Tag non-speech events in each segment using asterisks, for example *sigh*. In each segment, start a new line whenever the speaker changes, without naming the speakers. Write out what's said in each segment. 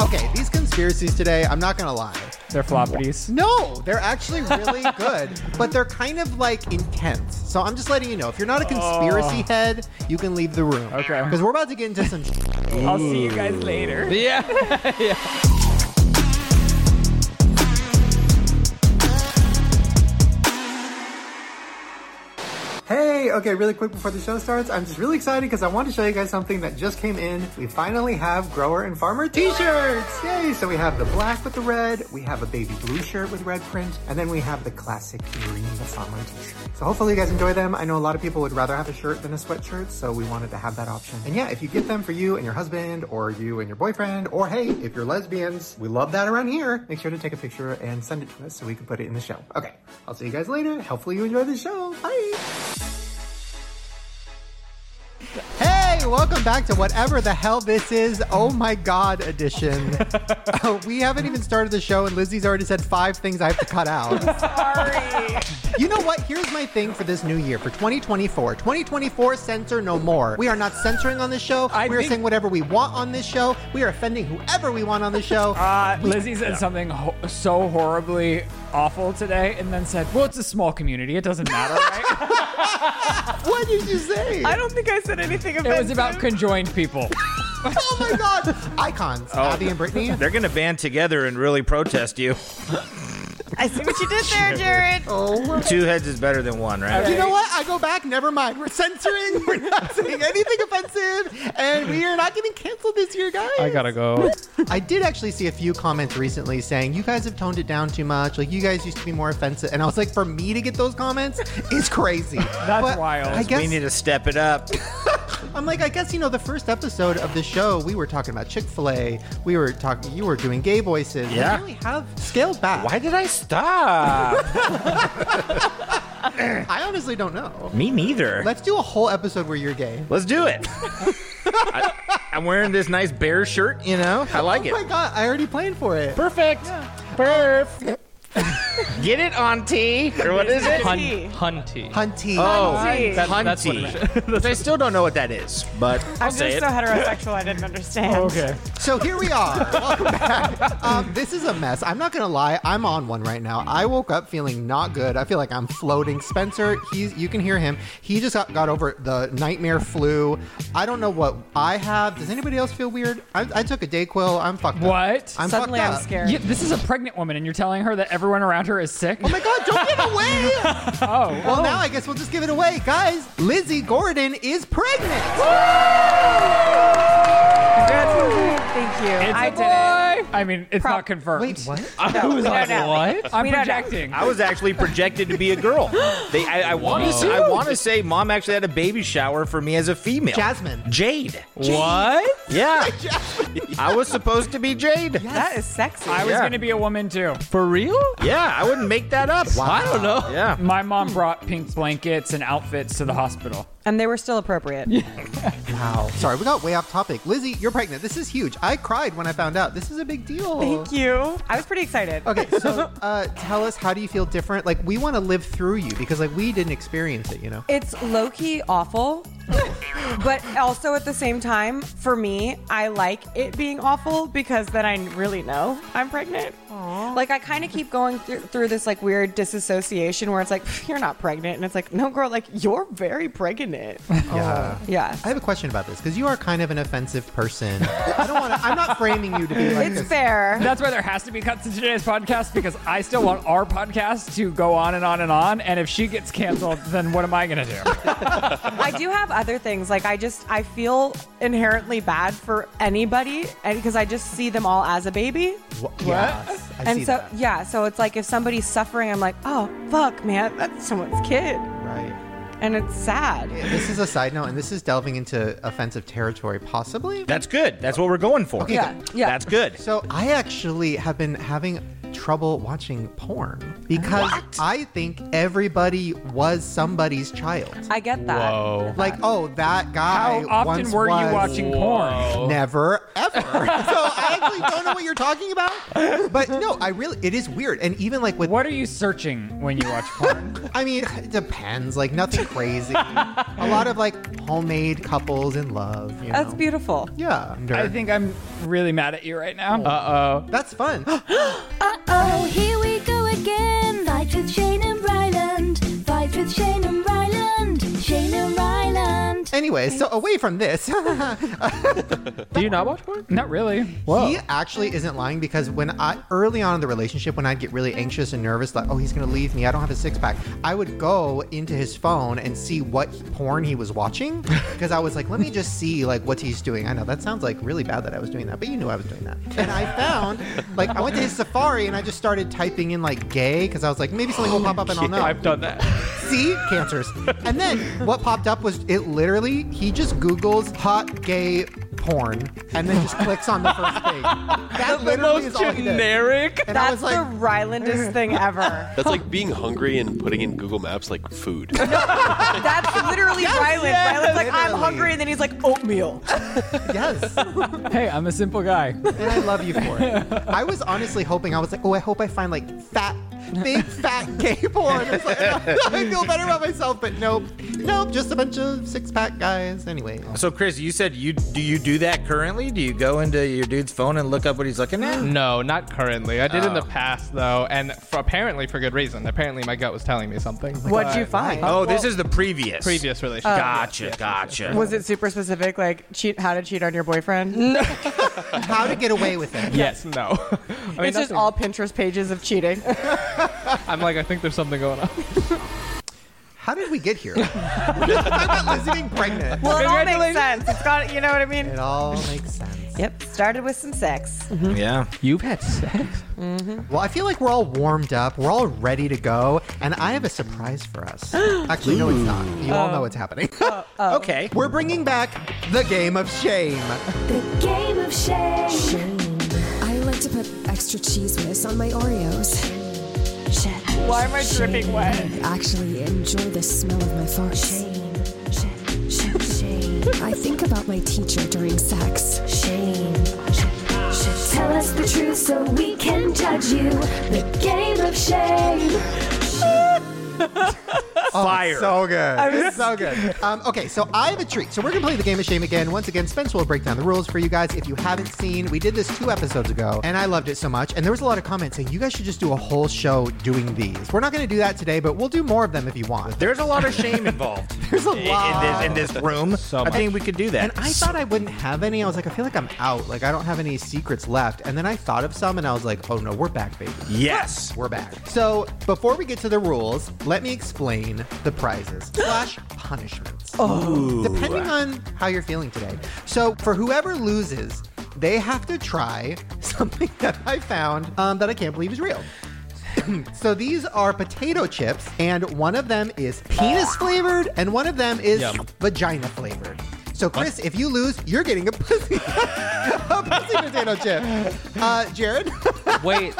okay, these conspiracies today, I'm not gonna lie.
They're floppities.
No, they're actually really good, but they're kind of like intense. So I'm just letting you know. If you're not a conspiracy head, you can leave the room.
Okay.
Because we're about to get into some.
I'll see you guys later.
Yeah.
Hey, okay, really quick before the show starts, I'm just really excited because I want to show you guys something that just came in. We finally have grower and farmer t-shirts! Yay! So we have the black with the red, we have a baby blue shirt with red print, and then we have the classic green farmer t-shirt. So hopefully you guys enjoy them. I know a lot of people would rather have a shirt than a sweatshirt, so we wanted to have that option. And yeah, if you get them for you and your husband, or you and your boyfriend, or hey, if you're lesbians, we love that around here. Make sure to take a picture and send it to us so we can put it in the show. Okay, I'll see you guys later. Hopefully you enjoy the show. Bye! Hey, welcome back to whatever the hell this is. Oh my God
*laughs*
edition. Uh, we haven't even started the show, and Lizzie's already said five things I have to cut out. Sorry. You know what? Here's my thing for this new year, for 2024. 2024, censor no more. We are not censoring on this show.
I
we are
think-
saying whatever we want on this show. We are offending whoever we want on this show.
Uh, Lizzie said something ho- so horribly awful today, and then said, "Well, it's a small community; it doesn't matter." Right?
what did you say?
I don't think I said anything about
it was about conjoined people.
*laughs* oh my God. Icons.
Oh,
Abby and Brittany.
They're going to band together and really protest you.
I see what you did there, Jared.
Oh.
Two heads is better than one, right?
You know what? I go back. Never mind. We're censoring. We're not saying anything offensive, and we are not getting canceled this year, guys.
I gotta go.
I did actually see a few comments recently saying you guys have toned it down too much. Like you guys used to be more offensive, and I was like, for me to get those comments is
*laughs*
crazy. That's
wild.
I guess
We need to step it up.
I'm like, I guess you know, the first episode of the show, we were talking about Chick Fil A. We were talking. You were doing gay voices.
Yeah.
We really have scaled back.
Why did I stop?
I honestly don't know.
Me neither.
Let's do a whole episode where you're gay.
Let's do it. I, I'm wearing this nice bear shirt, you know? I like
Oh my
it.
god! I already planned for it.
Perfect. Perf. Get it, Auntie. Or what is it?
Hun-
Hunty.
Hunty.
Oh,
Hunty.
That- that's what it
Hunty. Which I still don't know what that is, but I'll
I'm
say
just
it.
so heterosexual I didn't understand.
Okay.
So here we
*laughs*
are. Welcome back. Um, this is a mess. I'm not gonna lie. I'm on one right now. I woke up feeling not good. I feel like I'm floating. Spencer, he's you can hear him. He just got, got over the nightmare flu. I don't know what I have. Does anybody else feel weird? I, I took a Dayquil. I'm fucked. up.
What?
I'm
Suddenly
fucked
I'm
up.
scared.
You, this is a pregnant woman, and you're telling her that everyone around her is sick.
Oh my god! Don't give it
*laughs*
away.
Oh,
well, now I guess we'll just give it away, guys. Lizzie Gordon is pregnant.
Congrats. Thank you.
it's
I
a
did
boy.
it.
I mean, it's
Pro-
not confirmed.
Wait, what?
I was like,
no.
what?
I'm
We don't know.
projecting.
I was actually projected to be a girl. They, I, I want to. Say, I want to say mom actually had a baby shower for me as a female.
Jasmine.
Jade.
What?
*laughs*
Yeah. I was supposed to be Jade.
That is sexy.
I was
Yeah.
gonna be a woman too.
For real?
Yeah, I wouldn't make that up.
I don't know.
Yeah.
My mom brought pink blankets and outfits to the hospital.
and they were still appropriate.
Wow. Sorry, we got way off topic. Lizzie, you're pregnant. This is huge. I cried when I found out. This is a big deal.
Thank you. I was pretty excited.
Okay, so uh, tell us how do you feel different? Like we want to live through you because like we didn't experience it, you know.
It's low key awful, *laughs* but also at the same time, for me, I like it being awful because then I really know I'm pregnant. Like I kind of keep going through, through this like weird disassociation where it's like you're not pregnant, and it's like no girl, like you're
*laughs*
very pregnant.
Yeah.
yeah,
I have a question about this because you are kind of an offensive person. I don't want to. I'm not framing you to be like
it's
this.
fair.
That's why there has to be cuts to today's podcast because I still want our podcast to go on and on and on. And if she gets canceled, then what am I going to do?
I do have other things. Like I just I feel inherently bad for anybody, and because I just see them all as a baby.
What? Yes, I
and
see
so
that.
yeah, so it's like if somebody's suffering, I'm like, oh fuck, man, that's someone's kid,
Right.
and it's sad.
This is a side note, and this is delving into offensive territory, possibly.
That's good. That's what we're going for.
Yeah, yeah.
That's good.
So I actually have been having trouble watching porn because I think everybody was somebody's child.
I get that.
Whoa.
Like, oh, that guy.
How often
once
were
was-
you watching porn?
Whoa.
Never ever. *laughs* so I exactly don't know what you're talking about. But no, I really, it is weird. And even like with,
What are you searching when you watch porn?
I mean, it depends. Like nothing crazy. a lot of like homemade couples in love. You
That's
know?
beautiful.
Yeah.
I think I'm really mad at you right now.
That's fun. *gasps*
Uh-oh, Oh, here we go again. Fight with Shane and Ryland. Fight with Shane and Ryland. Shane and Ryland.
anyway, so away from this, *laughs*
Do you not watch porn?
Not really. Whoa.
He actually isn't lying because when I early on in the relationship, when I'd get really anxious and nervous, like, oh, he's gonna leave me, I don't have a six pack, I would go into his phone and see what porn he was watching because I was like, let me just see like what he's doing. I know that sounds like really bad that I was doing that, but you knew I was doing that. And I found like I went to his Safari and I just started typing in like gay because I was like, maybe something will pop up and I'll know.
I've done that.
See? Cancers. And then what popped up was it literally, he just Googles hot gay porn and then just clicks on the first
*laughs*
thing. That
the
literally is
most
all he did.
generic.
And I
That's
was like,
the
*laughs*
Rylandest thing ever.
That's like being hungry and putting in Google Maps like food.
That's literally Ryland. Ryland's like, I'm
Literally.
hungry, and then he's like, oatmeal.
yes. And
Hey, I'm a simple guy.
I love you for it. I was honestly hoping, I was like, oh, I hope I find like fat, big fat gay porn. I, was like, *laughs* I feel better about myself, but nope. Nope, just a bunch of six pack guys. Anyway.
So, Chris, you said you do you do that currently? Do you go into your dude's phone and look up what he's looking at?
No, not currently. I did in the past though, and for, apparently for good reason. Apparently my gut was telling me something.
What'd you find?
Oh, this is the previous.
Previous relationship.
Gotcha, gotcha.
Oh. Was it super specific? Like, cheat? How to cheat on your boyfriend?
How to get away with it.
Yes, no. *laughs* I mean,
it's just
nothing.
all Pinterest pages of cheating.
I'm like, I think there's something going on.
How did we get here? *laughs* We're just talking about Lizzie being pregnant.
*laughs* well, it all makes
Congratulations.
sense. It's got, you know what I mean?
It all makes sense.
Yep. Started with some sex.
Yeah.
You've had sex.
Well, I feel like we're all warmed up. We're all ready to go. And I have a surprise for us. Actually, no, it's not. You all know what's happening. *laughs*
Okay.
we're bringing back the game of shame.
The
Game of Shane.
game. I like to put extra cheese whiz on my Oreos. Shit.
Why am I dripping wet?
I actually enjoy the smell of my farts. I think about my teacher during sex.
Tell us the truth so we can judge you. The game of shame.
Fire.
Oh, So good. It's so good. Um, okay, so I have a treat. So we're going to play the game of shame again. Once again, Spencer will break down the rules for you guys. If you haven't seen, we did this two episodes ago, and I loved it so much. And there was a lot of comments saying you guys should just do a whole show doing these. We're not going to do that today, but we'll do more of them if you want.
There's a lot of
*laughs*
shame involved.
There's a
*laughs* in,
lot.
in, this, in this room. I think we could do that.
And I thought I wouldn't have any. I was like, I feel like I'm out. Like I don't have any secrets left. And then I thought of some, and I was like, Oh no, we're back, baby.
yes.
We're back. So before we get to the rules, let me explain the prizes slash punishments. Oh. Depending on how you're feeling today. So for whoever loses, they have to try *laughs* something that I found um, that I can't believe is real. So these are potato chips, and one of them is penis flavored, and one of them is
Yum.
vagina flavored. So Chris, if you lose, you're getting a pussy, *laughs* a pussy potato chip. Uh, Jared,
Wait,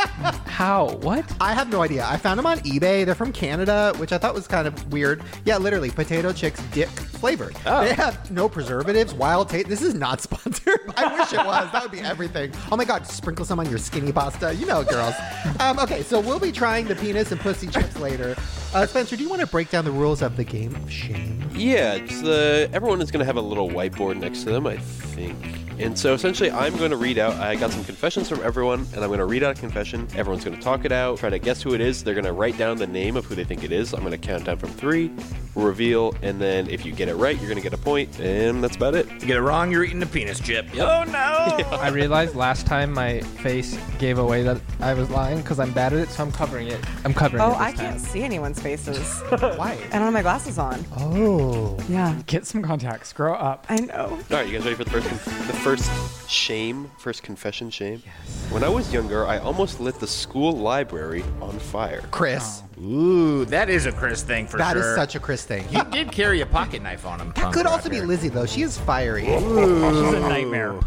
how? What?
I have no idea. I found them on eBay. They're from Canada, which I thought was kind of weird. Yeah, literally, potato chicks dick flavored.
Oh.
They have no preservatives, wild taste. This is not *laughs* sponsored. I wish it was. That would be everything. Oh my god, sprinkle some on your skinny pasta. You know, girls. Um, okay, so we'll be trying the penis and pussy chips later. Uh, Spencer, do you want to break down the rules of the game of shame?
Yeah, it's the everyone is going to have a little whiteboard next to them, I think. And so essentially, I'm going to read out. I got some confessions from everyone, and I'm going to read out a confession. Everyone's going to talk it out, try to guess who it is. They're going to write down the name of who they think it is. I'm going to count down from three, reveal, and then if you get it right, you're going to get a point, and that's about it.
You get it wrong, you're eating a penis chip.
Oh no!
I realized last time my face gave away that I was lying because I'm bad at it, so I'm covering it. I'm covering it.
Oh,
this
I
time.
can't see anyone's faces.
Why?
I don't have my glasses on.
Oh.
Yeah.
Get some contacts. Grow up.
I know.
All right, you guys ready for the first con- the first shame, first confession shame? Yes. When I was younger, I almost lit the school library on fire.
Chris,
Ooh, that is a Chris thing Oh, for
that
sure.
is such a Chris thing.
He did carry a pocket knife on Oh. him.
That could also be Lizzie though. She is fiery.
It's a nightmare.
All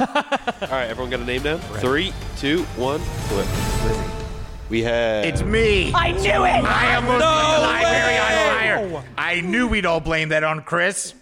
right, everyone got a name down? Three, two, one, flip. We have.
It's me.
I knew it.
Oh,
I almost no the library on fire. there. I knew we'd all blame that on Chris.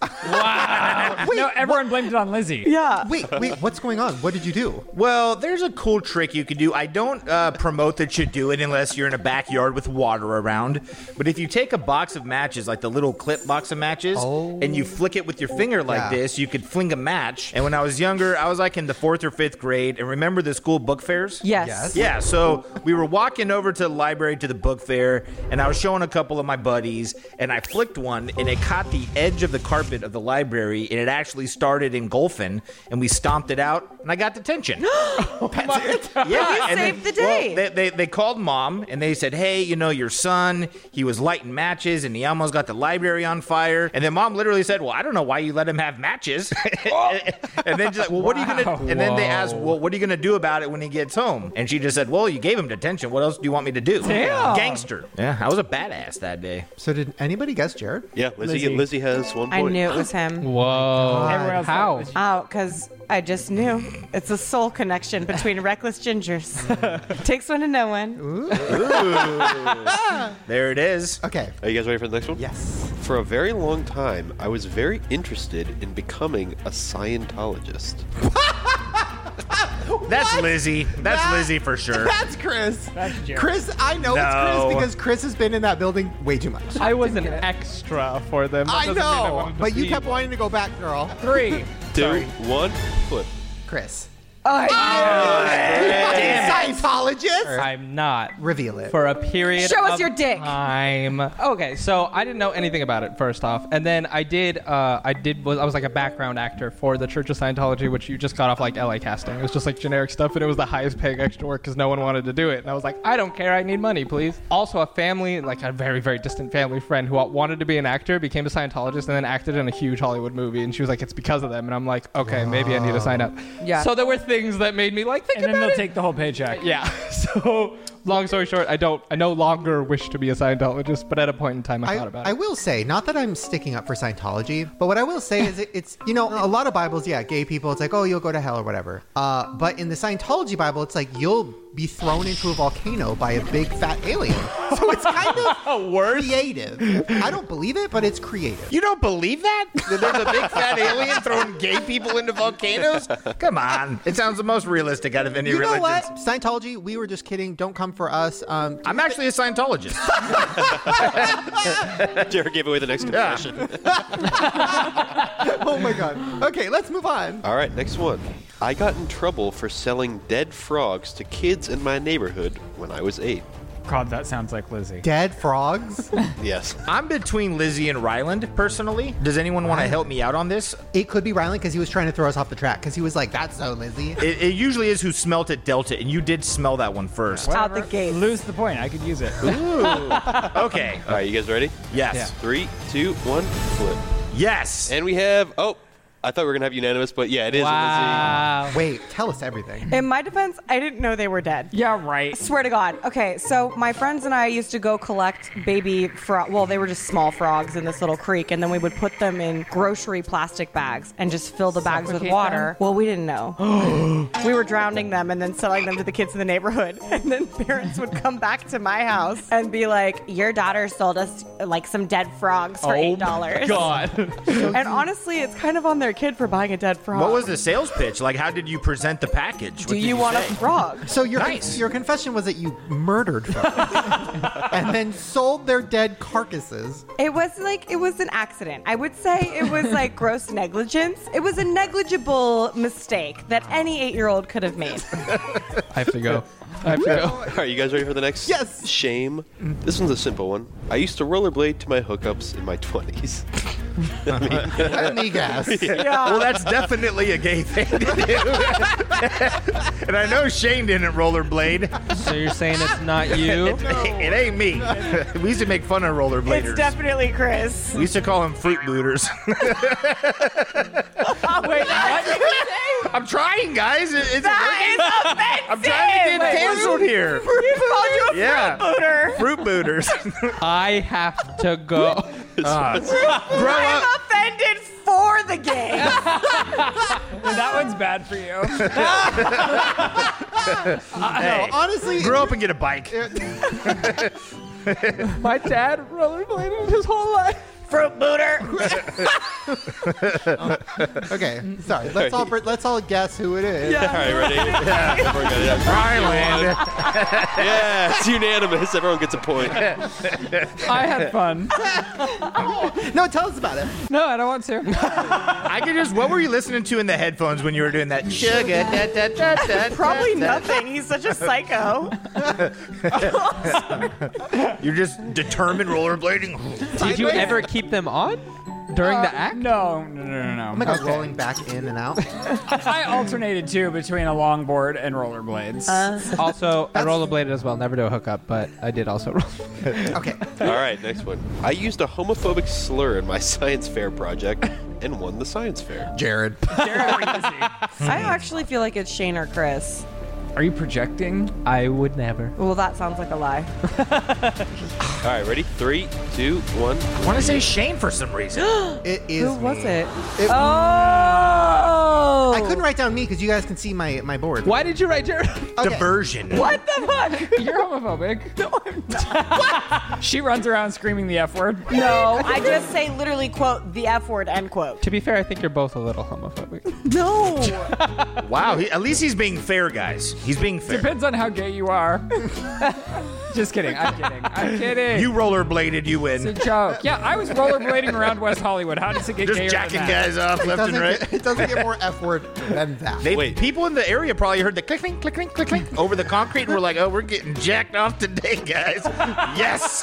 Wow. no, everyone blamed it on Lizzie.
Yeah.
Wait, wait, what's going on? What did you do?
Well, there's a cool trick you can do. I don't uh, promote that you do it unless you're in a backyard with water around. But if you take a box of matches, like the little clip box of matches, and you flick it with your finger like
Yeah.
this, you could fling a match. And when I was younger, I was like in the fourth or fifth grade. And remember the school book fairs?
Yes.
Yes.
Yeah, so we were walking over to the library to the book fair, and I was showing a couple of my buddies, and I flicked one, and it caught the edge of the carpet of the library, and it actually started engulfing, and we stomped it out, and I got
*gasps*
detention. yeah,
*laughs* You
and
saved
then-
the day.
well, they, they, they called mom, and they said, "Hey, you know your son, he was lighting matches, and he almost got the library on fire." And then mom literally said, "Well, I don't know why you let him have matches." *laughs*
Oh.
and then she's like, "Well, what are you gonna?" And then they asked, "Well, what are you gonna do about it when he gets home?" And she just said, "Well, you gave him detention. What else do you want me to do?"
Damn.
Gangster. Yeah, I was a badass that day.
So did anybody guess Jared?
Yeah, Lizzie.
Lizzie.
Lizzie, has one
I
point.
knew it was
*gasps*
him.
Whoa.
Everyone else
How?
thought it was-
Oh, because I just knew. It's a soul connection between reckless gingers. Takes one to know one.
There it is.
Okay.
Are you guys ready for the next one?
Yes.
For a very long time, I was very interested in becoming a Scientologist.
That's Lizzie. That's
That-
Lizzie for
*laughs*
sure.
That's Chris.
That's Jared.
Chris, I know
No.
it's Chris because Chris has been in that building way too much.
I was an extra for them. That
I
doesn't mean
know,
wanted to
but you
be-
kept wanting to go back, girl.
Three.
Two, one,
*laughs*
flip.
Chris.
Damn it.
Scientologist?
I'm not.
Reveal it.
For a period
Show us
of
your dick.
time. Okay, so I didn't know anything about it first off. And then I did uh, I did was I was like a background actor for the Church of Scientology, which you just got off like LA casting. It was just like generic stuff and it was the highest paying extra work because no one wanted to do it. And I was like, I don't care, I need money, please. Also a family, like a very, very distant family friend who wanted to be an actor, became a Scientologist, and then acted in a huge Hollywood movie. And she was like, It's because of them. And I'm like, Okay, maybe I need to sign up.
Yeah.
So there were things that made me like think
And then
about
they'll
it.
take the whole paycheck.
Yeah. *laughs* So, long story short, I don't. I no longer wish to be a Scientologist, but at a point in time, I,
I,
thought about
I
it.
will say, not that I'm sticking up for Scientology, but what I will say is it, it's, you know, a lot of Bibles, yeah, gay people, it's like, oh, you'll go to hell or whatever. Uh, but in the Scientology Bible, it's like, you'll be thrown into a volcano by a big fat alien. So it's kind of creative. I don't believe it, but it's creative.
You don't believe that? That There's a big fat alien throwing gay people into volcanoes? Come on. It sounds the most realistic out of any
You know
religions.
what? Scientology, we were just kidding. Don't come for us. Um, *laughs*
I'm actually a Scientologist.
Jared gave away the next confession.
oh my god. Okay, let's move on.
All right, next one. I got in trouble for selling dead frogs to kids in my neighborhood when I was eight.
God, that sounds like Lizzie.
Dead frogs.
*laughs*
Yes.
I'm between Lizzie and Ryland, personally. Does anyone want to help me out on this?
It could be Rylan because he was trying to throw us off the track because he was like, "That's so Lizzie."
It, it usually is who smelt it dealt it, and you did smell that one first.
Out the gate.
Lose the point. I could use it.
Okay.
All right, you guys ready?
Yes.
Three, two, one, flip.
Yes.
And we have. Oh, I thought we were gonna have unanimous, but yeah, it is
Wait, tell us everything.
In my defense, I didn't know they were dead.
yeah, right.
Swear to God. Okay, so my friends and I used to go collect baby frog. Well, they were just small frogs in this little creek, and then we would put them in grocery plastic bags and just fill the bags with water. Well, we didn't know. we were drowning them and then selling them to the kids in the neighborhood. *laughs* And then parents would come back to my house and be like, "Your daughter sold us like some dead frogs for eight dollars."
Oh God.
And honestly, it's kind of on their kid for buying a dead frog.
what was the sales pitch? Like, how did you present the package? What
Do
did
you want a
say?
frog?
So your
Nice.
your confession was that you murdered frogs and then sold their dead carcasses.
It was like it was an accident. I would say it was like gross negligence. It was a negligible mistake that any eight-year-old could have made.
*laughs* I have to go. I have to
*laughs*
go.
an easy. All right, you guys ready for the next?
Yes.
Shame. This one's a simple one. I used to rollerblade to my hookups in my twenties.
Let me guess.
Well, that's definitely a gay thing to do. *laughs* and I know Shane didn't rollerblade.
So you're saying it's *laughs* not you?
*laughs* It ain't me. *laughs* we used to make fun of rollerbladers.
It's definitely Chris. *laughs*
we used to call them fruit booters.
Oh,
Wait, what?
I'm trying, guys. It- it's
That is offensive.
I'm trying to get canceled here.
He called you a
Yeah.
fruit booter.
Fruit
*laughs*
booters.
I have to *laughs* go.
Grow up.
I'm offended for the game.
that one's bad for you.
Hey,
Honestly,
grow up and get a bike.
My dad rollerbladed his whole life.
Fruit booter.
Okay, sorry. Let's all let's all guess who it is.
All right, ready? *laughs* yeah. We're good, yeah.
Ryland.
*laughs* Yeah, it's unanimous. Everyone gets a point.
I had fun.
No, tell us about it.
No, I don't want to.
I could just. What were you listening to in the headphones when you were doing that? *laughs* Sugar. da, da, da, da, da,
Probably
da.
nothing. He's such a psycho.
You're just determined *laughs* rollerblading.
Did you ever keep them on during
Uh,
the act?
No, no, no, no,
I'm
no.
like a rolling back in and out.
I alternated too between a longboard and rollerblades.
*laughs*
Also, I rollerbladed as well. Never do a hookup, but I did also roll.
Okay.
All right, next one. I used a homophobic slur in my *laughs* science fair project and won the science fair.
Jared.
I actually feel like it's Shane or Chris.
Are you projecting?
I would never.
Well, that sounds like a lie.
All right, ready? Three, two, one.
I want to say Shane for some reason.
It is.
Who was
me.
it?
It-
Oh!
I couldn't write down me because you guys can see my my board.
Why did you write Jared?
Okay.
Diversion.
What the fuck?
You're homophobic. No, I'm not. she runs around screaming the F word.
No, I just say literally quote the F word end quote.
to be fair, I think you're both a little homophobic.
No.
Wow. He, at least he's being fair, guys. He's being fair.
Depends on how gay you are. just kidding. I'm kidding. I'm kidding.
You rollerbladed. You win.
It's a joke. Yeah, I was rollerblading around West Hollywood. How does it get gayer
Just
than
jacking
that?
guys off left and
Doesn't
right.
get, it doesn't get more F word than that.
They,
Wait.
people in the area probably heard the click, clink, click, clink, click, clink over the concrete and were like, oh, we're getting jacked off today, *laughs* guys. yes.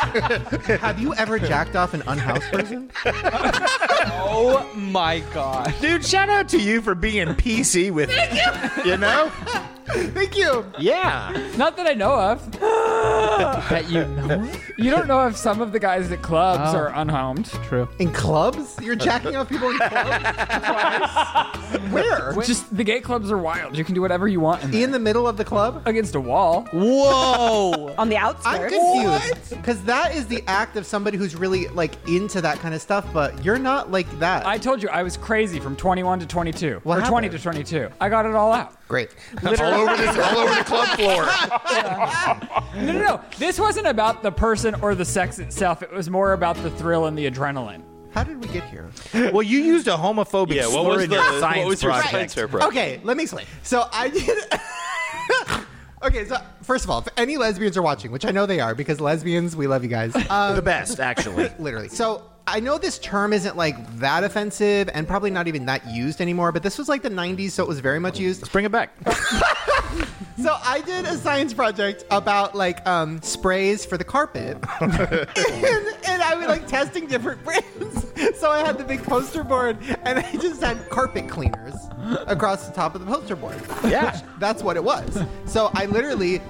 Have you ever jacked off an *laughs* unhoused person?
Oh my god.
Dude, shout out to you for being PC with Thank you. You know?
Thank you.
Yeah.
Not that I know *laughs* of.
That you know it?
You don't know Oh. if some of the guys at clubs are unhomed.
True.
In clubs? You're jacking off people in clubs? Twice? Where?
Just the gay clubs are wild. You can do whatever you want in there.
In the middle of the club?
against a wall.
Whoa!
On the
I'm
outskirts.
confused because that is the act of somebody who's really like into that kind of stuff, but you're not like that.
I told you I was crazy from 21 to 22
What
or 20 to
happened?
22. I got it all out.
Great.
all over this, all over the club floor.
No, no, no. This wasn't about the person or the sex itself. It was more about the thrill and the adrenaline.
How did we get here?
Well, you used a homophobic
Yeah, what
slur
was
in
the
your science
what was your
project.
science fair project?
Okay, let me explain. So I did. *laughs* okay, so first of all, if any lesbians are watching, which I know they are because lesbians, we love you
*laughs*
guys. Um,
The best, actually.
*laughs* literally. So I know this term isn't like that offensive and probably not even that used anymore, but this was like the 90s, so it was very much used.
Bring it back.
So I did a science project about like um, sprays for the carpet, and, and I was like testing different brands. So I had the big poster board, and I just had carpet cleaners across the top of the poster board.
Yeah.
Which- that's what it was. So I literally. G-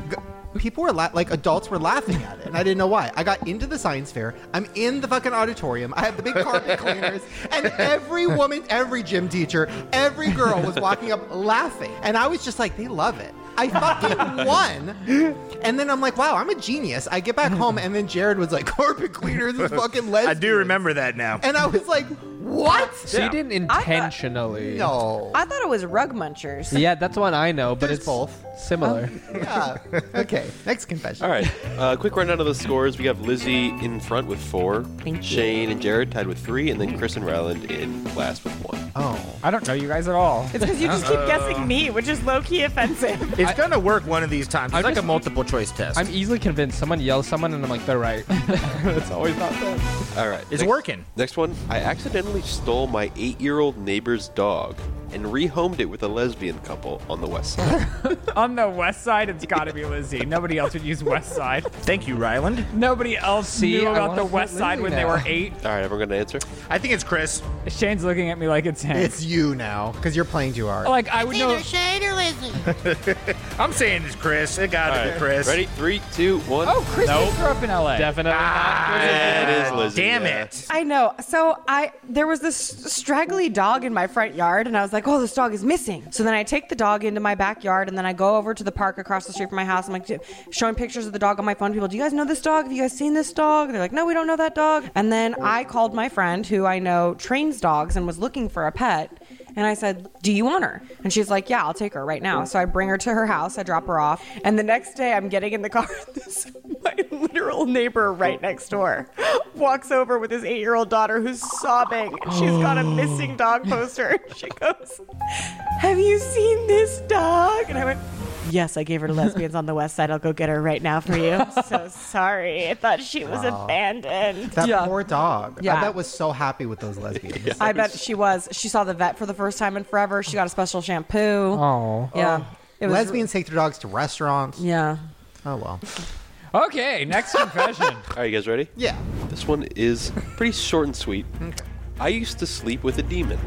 People were la- like adults were laughing at it, and I didn't know why. I got into the science fair. I'm in the fucking auditorium. I have the big carpet cleaners, and every woman, every gym teacher, every girl was walking up laughing, and I was just like, they love it. I fucking won. And then I'm like, wow, I'm a genius. I get back home, and then Jared was like, carpet cleaners is fucking lesbian.
I do remember that now.
And I was like, what?
So you didn't intentionally.
No.
I thought it was rug munchers.
Yeah, that's one I know, but
There's
it's
both.
similar.
Yeah. Okay. Next confession.
All right, uh, quick rundown of the scores. We have Lizzie in front with four, Shane and Jared tied with three, and then Chris and Ryland in last with one.
Oh.
I don't know you guys at all.
It's because you just keep guessing me, which is low key offensive.
It's going to work one of these times. It's
I'm
like a
just-
multiple choice test.
I'm easily convinced. Someone yells someone, and I'm like, they're right. it's always not that.
All right,
it's
next-
working.
Next one. I accidentally stole my eight-year-old neighbor's dog and rehomed it with a lesbian couple on the west side.
*laughs*
On the west side, it's got to be Lizzie. Nobody else would use west side.
Thank you, Ryland.
Nobody else
See,
knew
I
about
wanna
the
put
west side
Lizzie
when
now.
they were eight.
All right, everyone got an answer?
I think it's Chris.
Shane's looking at me like it's him.
It's you now because you're playing too
Oh,
hard.
*laughs* like I would know.
I'm saying it's Chris. It got to
All right,
be Chris.
Ready? Three, two, one.
Oh, Chris
Nope.
did grow up in L.A.
*laughs* Definitely. Ah,
Ah.
it is Lizzie.
Damn
yeah.
it.
I know. So I there was this straggly dog in my front yard, and I was like, "Oh, this dog is missing." So then I take the dog into my backyard, and then I go over to the park across the street from my house. I'm like t- showing pictures of the dog on my phone. to People, do you guys know this dog? Have you guys seen this dog? And they're like, "No, we don't know that dog." And then I called my friend who I know trains dogs and was looking for a pet. And I said, Do you want her? And she's like, Yeah, I'll take her right now. So I bring her to her house, I drop her off. And the next day I'm getting in the car. *laughs* This my literal neighbor right next door walks over with his eight year old daughter who's sobbing. And she's got a missing dog poster. *laughs* She goes, Have you seen this dog? And I went, Yes, I gave her to lesbians on the west side. I'll go get her right now for you. *laughs* I'm so sorry. I thought she was abandoned.
That
Yeah.
poor dog.
Yeah.
I bet was so happy with those lesbians.
I bet she was. She saw the vet for the first time in forever. She got a special shampoo.
Oh.
Yeah. It was
Lesbians take their dogs to restaurants.
Yeah.
Oh well.
Okay, next confession. *laughs*
Are you guys ready?
Yeah.
This one is pretty short and sweet. I used to sleep with a demon.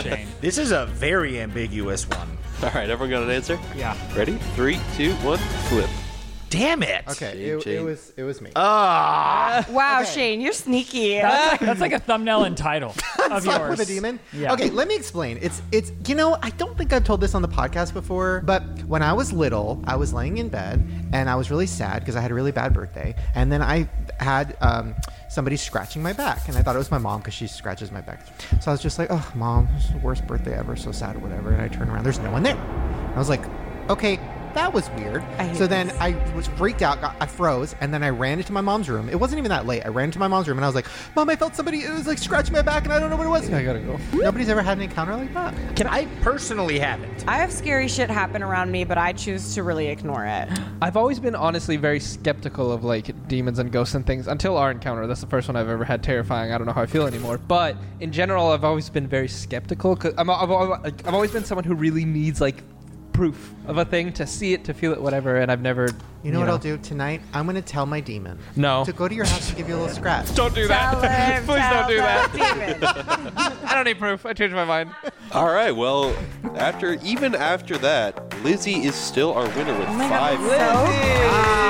Shane.
This is a very ambiguous one.
All right, everyone got an answer?
Yeah.
Ready? Three, two, one, flip.
Damn it.
Okay.
Shame,
It, it
shame.
was it was me.
Wow, Shane, you're sneaky.
That's like, that's like a thumbnail and *laughs* title of
Fuck
yours.
with a demon.
Yeah.
Okay, let me explain. It's it's you know I don't think I've told this on the podcast before, but when I was little, I was laying in bed and I was really sad because I had a really bad birthday, and then I had um, somebody scratching my back, and I thought it was my mom because she scratches my back. So I was just like, oh, mom, this is the worst birthday ever, so sad or whatever. And I turn around, there's no one there. I was like, okay. That was weird.
I hate
so then
this.
I was freaked out. Got, I froze, and then I ran into my mom's room. It wasn't even that late. I ran into my mom's room, and I was like, "Mom, I felt somebody. It was like scratching my back, and I don't know what it was."
I gotta go.
Nobody's ever had an encounter like that.
Can I personally have it?
I have scary shit happen around me, but I choose to really ignore it.
I've always been honestly very skeptical of like demons and ghosts and things until our encounter. That's the first one I've ever had terrifying. I don't know how I feel anymore. But in general, I've always been very skeptical because I'm, I've, al- I've always been someone who really needs like proof of a thing to see it, to feel it, whatever. And I've never.
You know what I'll do tonight? I'm gonna tell my demon
No.
to go to your house and give you a little scratch.
Don't do
Tell him,
Please don't
tell
do
the
that.
demon.
I don't need proof. I changed my mind.
All right, well, after even after that, Lizzie is still our winner with five.
So,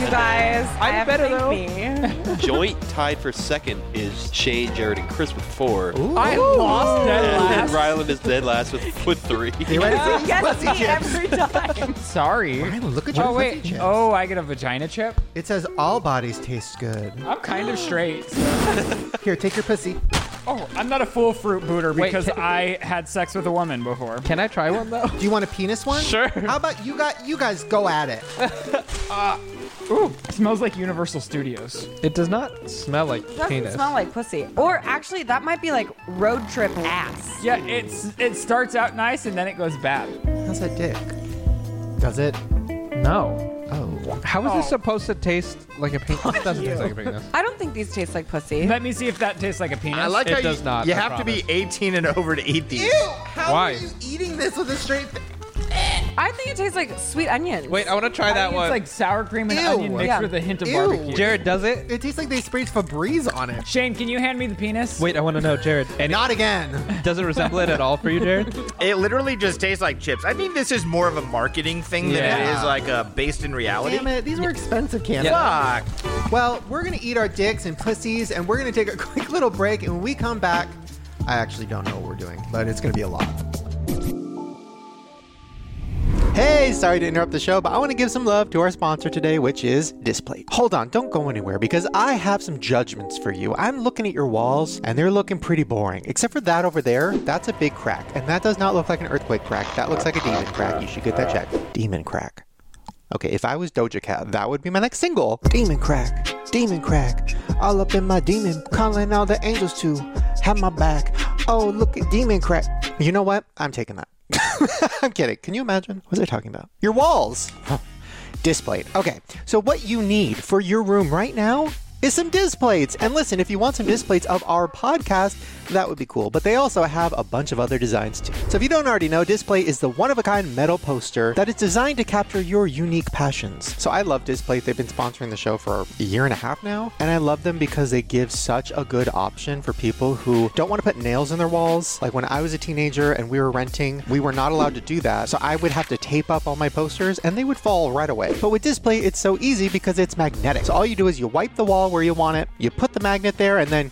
you guys, i
I'm
have
better,
to
though.
thank me.
*laughs*
Joint tied for second is Shane, Jared, and Chris with four.
I lost dead
And
last.
Ryland is dead last with, with
*laughs*
three.
You guys me every time.
Sorry.
Ryan, look at your
Oh
fuzzy
wait.
chips.
Oh, I get a vagina chip.
It says all bodies taste good.
I'm kind of straight.
Here, take your pussy.
*gasps* Oh, I'm not a full fruit booter *laughs*
Wait,
because
can-
I had sex with a woman before.
Can I try one though?
Do you want a penis one?
Sure.
How about you got you guys go at it?
Ooh, smells like Universal Studios.
It does not smell like
Doesn't
penis.
smell like pussy. Or actually, that might be like road trip ass.
Yeah, it's it starts out nice and then it goes bad.
How's that dick? Does it?
no.
Oh.
How is this supposed to taste like a penis? It doesn't taste like a penis.
I don't think these taste like pussy.
Let me see if that tastes like a penis.
Uh, I like
It
how
does
you,
not,
You
I
have to be 18 and over to eat these.
Ew! How
Why?
are you eating this with a straight? Th-
I think it tastes like sweet onions.
Wait, I want to try
I
that
think
one.
It's like sour cream and
Ew.
onion mixed
Yeah.
with a hint of
Ew.
barbecue.
Jared does it.
it tastes like they sprayed Febreze on it.
Shane, can you hand me the penis?
Wait, I want to know, Jared. And
Not again.
does it resemble it at all for you, Jared?
It literally just tastes like chips. I think this is more of a marketing thing than it
Yeah.
is like a based in reality.
Damn it! These were expensive candles.
Fuck.
Well, we're gonna eat our dicks and pussies, and we're gonna take a *laughs* quick little break. And when we come back, I actually don't know what we're doing, but it's gonna be a lot. Hey, sorry to interrupt the show, but I want to give some love to our sponsor today, which is Displate. Hold on, don't go anywhere because I have some judgments for you. I'm looking at your walls and they're looking pretty boring. Except for that over there, that's a big crack. And that does not look like an earthquake crack. That looks like a demon crack. You should get that checked. Demon crack. Okay, if I was Doja Cat, that would be my next single. Demon crack, demon crack, all up in my demon, calling all the angels to have my back. Oh, look at demon crack. You know what? I'm taking that. *laughs* I'm kidding. Can you imagine? What was I talking about? Your walls. displayed. Okay, so what you need for your room right now is some displays. And listen, if you want some displays of our podcast, that would be cool. But they also have a bunch of other designs too. So if you don't already know, Display is the one of a kind metal poster that is designed to capture your unique passions. So I love Display. They've been sponsoring the show for a year and a half now. And I love them because they give such a good option for people who don't want to put nails in their walls. Like when I was a teenager and we were renting, we were not allowed to do that. So I would have to tape up all my posters and they would fall right away. But with display, it's so easy because it's magnetic. So all you do is you wipe the wall where you want it, you put the magnet there, and then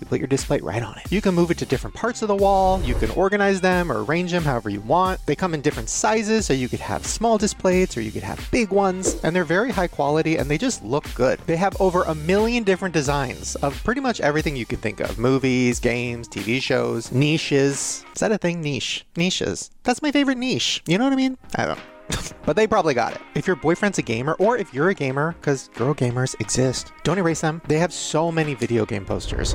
you put your display right on it. You can move it to different parts of the wall. You can organize them or arrange them however you want. They come in different sizes, so you could have small displays or you could have big ones. And they're very high quality and they just look good. They have over a million different designs of pretty much everything you can think of movies, games, TV shows, niches. Is that a thing? Niche. Niches. That's my favorite niche. You know what I mean? I don't. *laughs* but they probably got it. If your boyfriend's a gamer, or if you're a gamer, because girl gamers exist, don't erase them. They have so many video game posters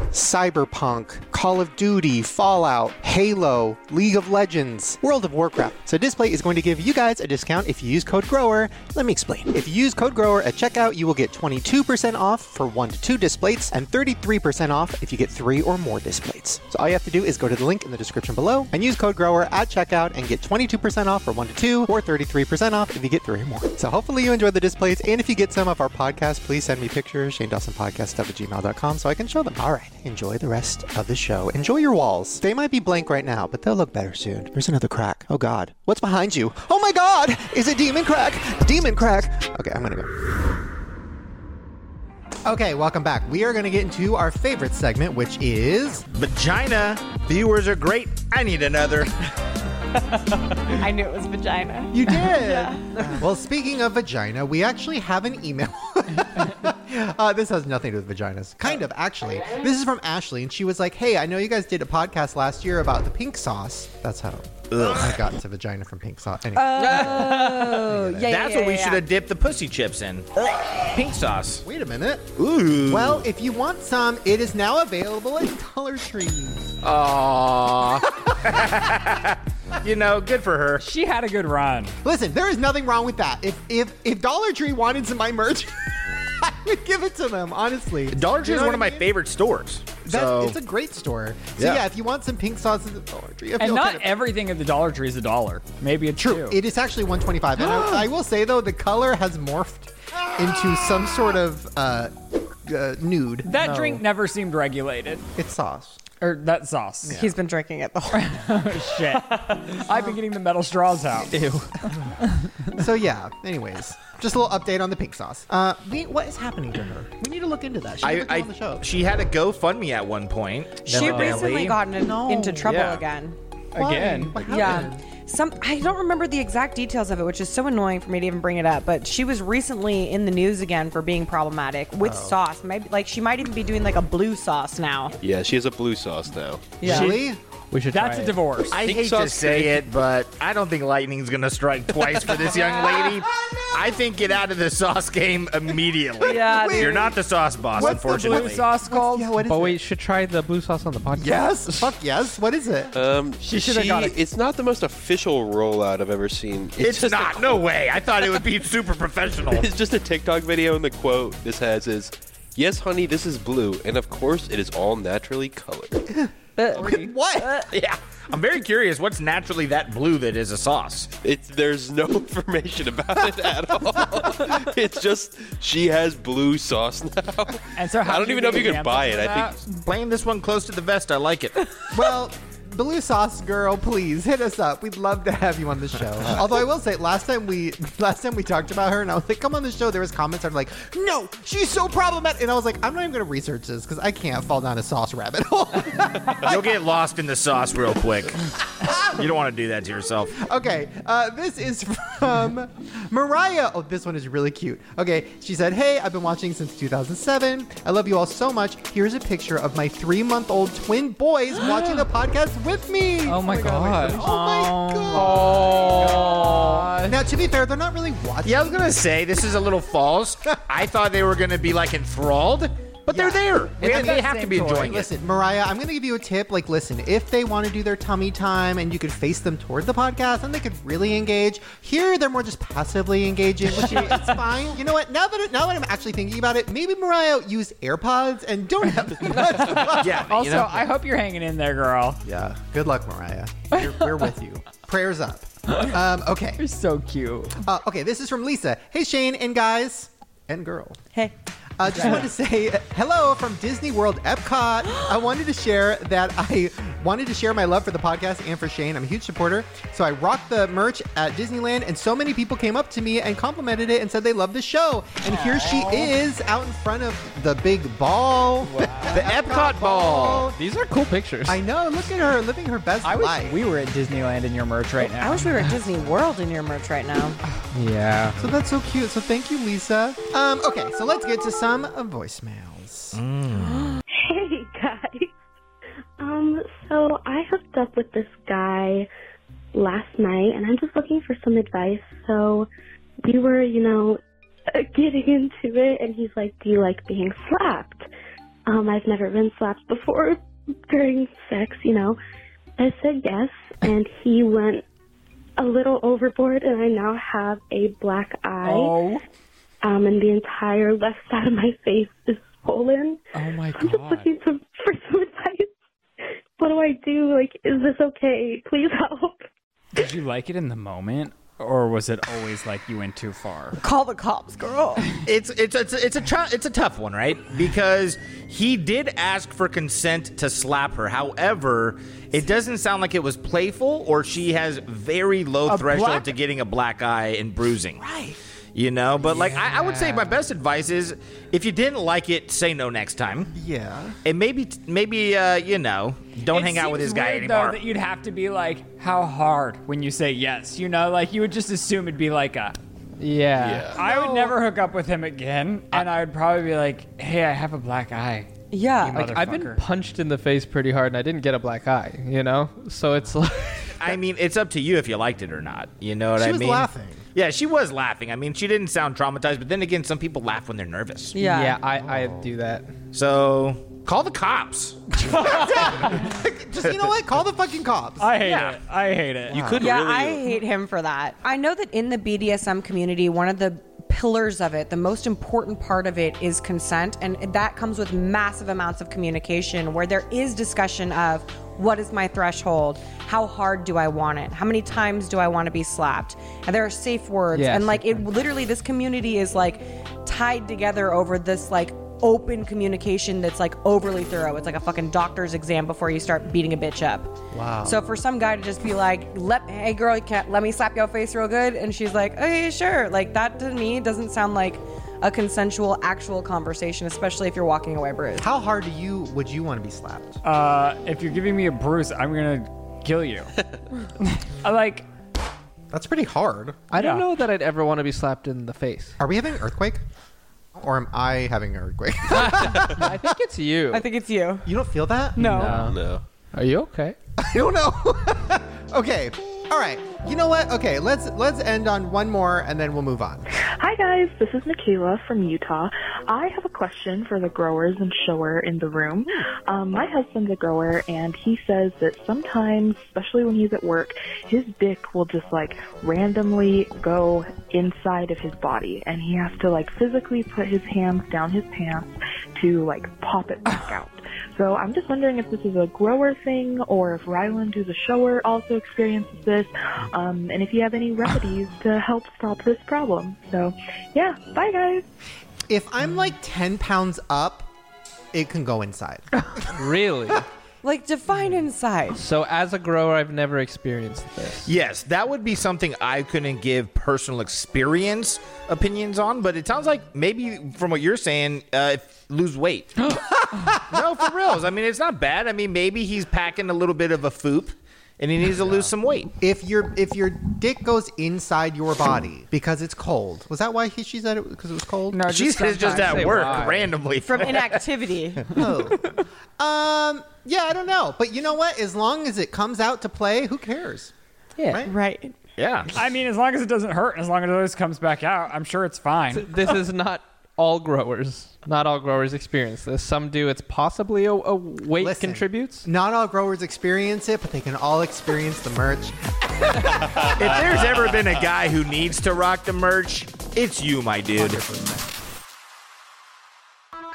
Cyberpunk, Call of Duty, Fallout, Halo, League of Legends, World of Warcraft. So Display is going to give you guys a discount if you use code GROWER. Let me explain. If you use code GROWER at checkout, you will get 22% off for one to two displays and 33% off if you get three or more displays. So all you have to do is go to the link in the description below and use code GROWER at checkout and get 22% off for one to two or 33% off if you get three or more. So hopefully you enjoy the displays. And if you get some of our podcast, please send me pictures, Shane Dawson Podcast stuff at gmail.com so I can show them. All right. Enjoy the rest of the show. Enjoy your walls. They might be blank right now, but they'll look better soon. There's another crack. Oh God. What's behind you? Oh my God. Is it demon crack? Demon crack. Okay, I'm going to go. Okay, welcome back. We are going to get into our favorite segment, which is
Vagina. Viewers are great. I
*laughs*
need another.
I knew it was vagina.
You did. Well, speaking of vagina, we actually have an email. *laughs* uh, this has nothing to do with vaginas. Kind of, actually. This is from Ashley, and she was like, "Hey, I know you guys did a podcast last year about the pink sauce. That's how I got into vagina from pink sauce. Anyway,
Oh, yeah,
That's
yeah,
what we
yeah,
should
yeah.
have dipped the pussy chips in. Pink sauce.
wait a minute.
Ooh.
Well, if you want some, it is now available at Dollar Tree.
Aww. you know, good for her.
She had a good run.
Listen, there is nothing wrong with that. If if if Dollar Tree wanted some of my merch, *laughs* I would give it to them. Honestly,
Dollar Tree
You
is
know
one of
what I
my
mean?
favorite stores.
That's,
so
it's a great store. So yeah.
Yeah.
if you want some pink sauce at the Dollar Tree, I
And
feel
not
kind of-
everything at the Dollar Tree is a dollar. Maybe it's true.
It is actually 125. And
*gasps*
I, I will say though, the color has morphed into some sort of uh, uh, nude.
that
No,
drink never seemed regulated.
It's sauce.
Or that sauce.
He's been drinking it the whole
Shit. *laughs* I've been getting the metal straws out.
So yeah. Anyways, just a little update on the pink sauce. Uh, we, what is happening to her? We need to look into that. She
I,
never came on the show.
I, she had a GoFundMe at one point.
She recently got in,
No.
into trouble
Yeah.
again.
Why?
Again.
What
Yeah.
happened?
Some I don't remember the exact details of it, which is so annoying for me to even bring it up. But she was recently in the news again for being problematic with sauce. Maybe like she might even be doing like a blue sauce now.
Yeah, she has a blue sauce now.
Really?
We should.
That's
try
a
it.
divorce.
I hate to
sauce
say it, but I don't think lightning's gonna strike twice for this young
*laughs*
lady. I think get out of the sauce game immediately.
*laughs*
Yeah, Wait.
you're not the sauce boss,
What's the
unfortunately.
Blue sauce called?
Yeah. What is
But
it?
we should try the blue sauce on the podcast.
Yes. Fuck yes. What is it?
Um,
She should've got it.
It's not the most official rollout I've ever seen.
It's,
just a-
not. No way. I thought it would be super professional.
*laughs* it's just a TikTok video, and the quote this has is, "Yes, honey, this is blue, and of course, it is all naturally colored."
what?
*laughs* yeah. I'm very curious. What's naturally that blue that is a sauce?
It's there's no *laughs* information about it at all. *laughs* it's just she has blue sauce now.
And so how
I don't
do
even know if
get
you can
examples
buy
of
it. I
that?
think
Blame this one close to the vest. I *laughs* like it.
Well, Blue Sauce Girl, please hit us up. We'd love to have you on the show. Although I will say, last time we last time we talked about her, and I was like, "Come on the show." There was comments that were like, "No, she's so problematic," and I was like, "I'm not even going to research this because I can't fall down a sauce rabbit hole."
You'll get lost in the sauce real quick. You don't want to do that to yourself.
okay, uh, this is from Mariah. Oh, this one is really cute. Okay, she said, Hey, I've been watching since 2007. I love you all so much. Here's a picture of my three month old twin boys
*gasps*
watching the podcast with me.
Oh my god.
Oh my god. Now, to be fair, they're not really watching.
Yeah, I was gonna say this is a little false. *laughs* I thought they were gonna be like enthralled, but
Yeah.
they're there. They,
It's
they
the
have to
same
be
toy.
enjoying it.
Listen, Mariah, I'm going to give you a tip. Like, listen, if they want to do their tummy time and you could face them toward the podcast and they could really engage, here they're more just passively engaging, which is it's fine. You know what? Now that, now that I'm actually thinking about it, maybe Mariah use AirPods and don't have the
Yeah. you
Also,
know?
I hope you're hanging in there, girl.
Yeah. Good luck, Mariah. You're, we're with you. Prayers up. Um, okay.
You're so cute.
Uh, okay, this is from Lisa. Hey, Shane and guys and girl.
Hey,
I just wanted to say uh, hello from Disney World Epcot. I wanted to share that I wanted to share my love for the podcast and for Shane. I'm a huge supporter. So I rocked the merch at Disneyland, and so many people came up to me and complimented it and said they love the show. And here she is out in front of the big ball.
the Epcot ball.
These are cool pictures.
I know. Look at her living her best
I wish
life.
we were at Disneyland in your merch right
I
now.
wish we were at Disney World in your merch right now.
yeah.
so that's so cute. So thank you, Lisa. Um, okay, so let's get to some uh, voicemails.
Mm.
Hey guys. Um, so I hooked up with this guy last night, and I'm just looking for some advice. So we were, you know, *laughs* uh, getting into it, and he's like, "Do you like being slapped?" Um, I've never been slapped before during sex, you know. I said yes, and he went a little overboard, and I now have a black eye.
Oh,
Um, and the entire left side of my face is swollen.
oh my
I'm just
god.
looking to, for some advice. *laughs* What do I do? Like, is this okay? Please help.
Did you like it in the moment, or was it always like you went too far?
Call the cops, girl.
It's it's it's it's a tr- it's a tough one, right? Because he did ask for consent to slap her. However, it doesn't sound like it was playful, or she has very low
A
threshold
black-
to getting a black eye and bruising. Right. You know, but like I, I would say, my best advice is if you didn't like it, say no next time.
Yeah.
And maybe maybe uh, you know, don't
It
hang out with this
seems
guy
weird,
anymore.
Though, that you'd have to be like, how hard when you say yes? You know, like you would just assume it'd be like a.
Yeah.
I would never hook up with him again, and I would probably be like, "Hey, I have a black eye."
Yeah.
Like,
I've been
Motherfucker.
punched in the face pretty hard and I didn't get a black eye, you know? So it's like.
I mean, it's up to you if you liked it or not. You know what
She
I
was
mean?
laughing.
Yeah, she was laughing. I mean, she didn't sound traumatized, but then again, some people laugh when they're nervous.
yeah.
Yeah, I, I do that.
So call the cops.
Just, you know what? Call the fucking cops.
I hate
Yeah.
it. I hate it.
You could
Yeah,
really.
I hate him for that. I know that in the BDSM community, one of the pillars of it, the most important part of it is consent. And that comes with massive amounts of communication where there is discussion of what is my threshold? How hard do I want it? How many times do I want to be slapped? And there are safe words.
Yeah,
and
safe
like it literally, this community is like tied together over this like open communication that's like overly thorough. It's like a fucking doctor's exam before you start beating a bitch up. Wow. So for some guy to just be like, "Let hey girl, you can't, let me slap your face real good," and she's like, "Okay, sure." Like that to me doesn't sound like a consensual actual conversation, especially if you're walking away bruised.
How hard do you would you want to be slapped?
Uh, if you're giving me a bruise, I'm gonna kill you. I like.
That's pretty hard.
I don't
Yeah.
know that I'd ever want to be slapped in the face.
Are we having an earthquake? Or am I having an earthquake? *laughs*
I think it's you.
I think it's you.
you don't feel that?
No.
No.
Are you okay?
I don't know. *laughs* okay. All right. You know what? Okay, let's let's end on one more and then we'll move on.
Hi guys, this is Nikayla from Utah. I have a question for the growers and shower in the room. Um, my husband's a grower, and he says that sometimes, especially when he's at work, his dick will just like randomly go inside of his body, and he has to like physically put his hands down his pants to like pop it back out. So I'm just wondering if this is a grower thing or if Ryland, who's a shower, also experiences this, um, and if you have any remedies to help stop this problem. So, yeah, bye guys.
If I'm like 10 pounds up, it can go *laughs* inside.
*laughs* Really?
Like define inside.
so as a grower, I've never experienced this.
Yes, that would be something I couldn't give personal experience opinions on, but it sounds like maybe from what you're saying, uh, if- lose weight. *gasps* no, for reals. I mean, it's not bad. I mean, maybe he's packing a little bit of a foop and he needs to lose some weight.
If your if your dick goes inside your body because it's cold. Was that why he, she said it because it was cold?
No,
She
just
says just at
sometimes they
work
lie.
randomly.
From inactivity.
Oh. Um yeah, I don't know. But you know what? As long as it comes out to play, who cares?
Yeah.
Right?
right.
*laughs* yeah.
I mean, as long as it doesn't hurt, and as long as it always comes back out, I'm sure it's fine.
This is not all growers. Not all growers experience this. Some do. It's possibly a, a weight
Listen,
contributes.
Not all growers experience it, but they can all experience the merch.
if there's ever been a guy who needs to rock the merch, it's you, my dude.